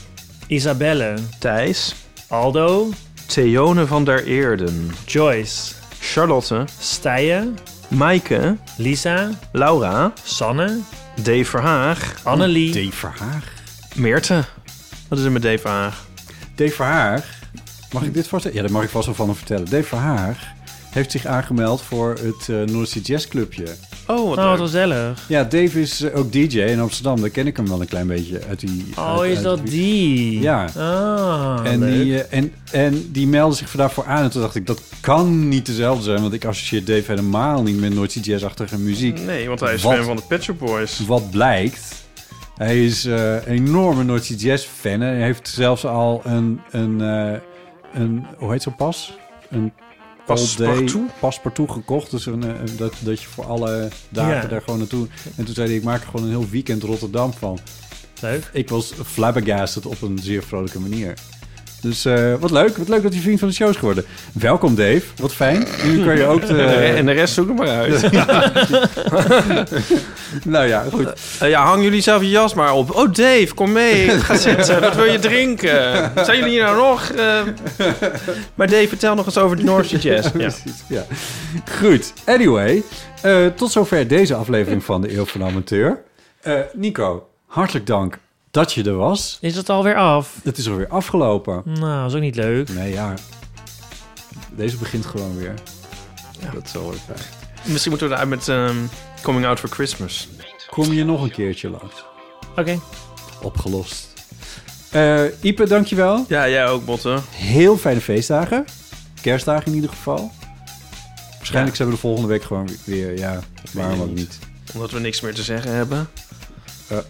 Isabelle,
Thijs,
Aldo,
Theone van der Eerden,
Joyce,
Charlotte,
Stijen,
Maaike,
Lisa,
Laura,
Sanne,
Dave Verhaag,
Annelie,
Dave Verhaag.
Meerte. Wat is er met Dave Verhaag?
Dave Verhaag, mag ik dit vast... Ja, daar mag ik vast wel van hem vertellen. Dave Verhaag heeft zich aangemeld voor het eh Noordzee Jazz Clubje.
Oh, wat
Nou, wat
leuk.
gezellig.
Ja, Dave is eh, ook DJ in Amsterdam. Daar ken ik hem wel een klein beetje uit die. uit-
Oh, is
uit-
dat die?
Ja.
Ah,
En
leuk.
die, eh, en, en die meldde zich daarvoor aan. En toen dacht ik, dat kan niet dezelfde zijn. Want ik associeer Dave helemaal niet met nooit jazz-achtige muziek.
Nee, want hij is
Wat?
fan van de Pet Shop Boys.
Wat blijkt, hij is eh, een enorme Noordse jazz-fan. en Hij heeft zelfs al een, een, eh, een hoe heet zo'n pas? Een
Passepartout?
all-day paspartout gekocht. Dus een, eh, dat, dat je voor alle dagen
Ja.
daar gewoon naartoe... En toen zei hij, ik maak er gewoon een heel weekend Rotterdam van.
Leuk.
Ik was flabbergasted op een zeer vrolijke manier. Dus eh, wat leuk. Wat leuk dat je vriend van de show is geworden. Welkom Dave. Wat fijn. Nu kan je ook...
En de
De...
rest zoek hem maar uit.
nou ja, goed.
Eh, ja, hang jullie zelf je jas maar op. Oh, Dave, kom mee. Ga zitten. Wat wil je drinken? Zijn jullie hier nou nog? Eh, Maar Dave, vertel nog eens over de Noorse jazz. Ja.
Precies, ja. Goed. Anyway, eh, tot zover deze aflevering van de Eeuw van de Amateur. Eh, Nico, hartelijk dank dat je er was.
Is het alweer af?
Het is alweer afgelopen.
Nou, is ook niet leuk.
Nee, ja. Deze begint gewoon weer. Dat is alweer fijn.
Misschien moeten we eruit met ehm, Coming Out for Christmas.
Kom je nog een keertje langs.
Oké.
Opgelost. Eh Ipe, dankjewel.
Ja, jij ook, Botte.
Heel fijne feestdagen. Kerstdagen in ieder geval. Waarschijnlijk zijn we de volgende week gewoon weer, ja, waarom ook niet.
Omdat we niks meer te zeggen hebben.
Ja.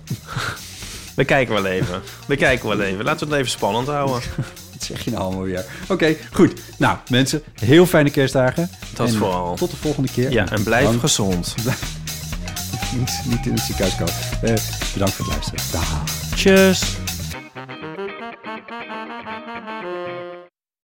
We kijken wel even. We kijken wel even. Laten we het even spannend houden.
Wat zeg je nou allemaal weer? Oké, goed. Nou, mensen, heel fijne kerstdagen.
Dat
En
vooral.
Tot de volgende keer.
Ja, en blijf
Dank.
gezond.
Niet, niet in het ziekenhuis komen. Eh, bedankt voor het luisteren. Dag.
Tjus.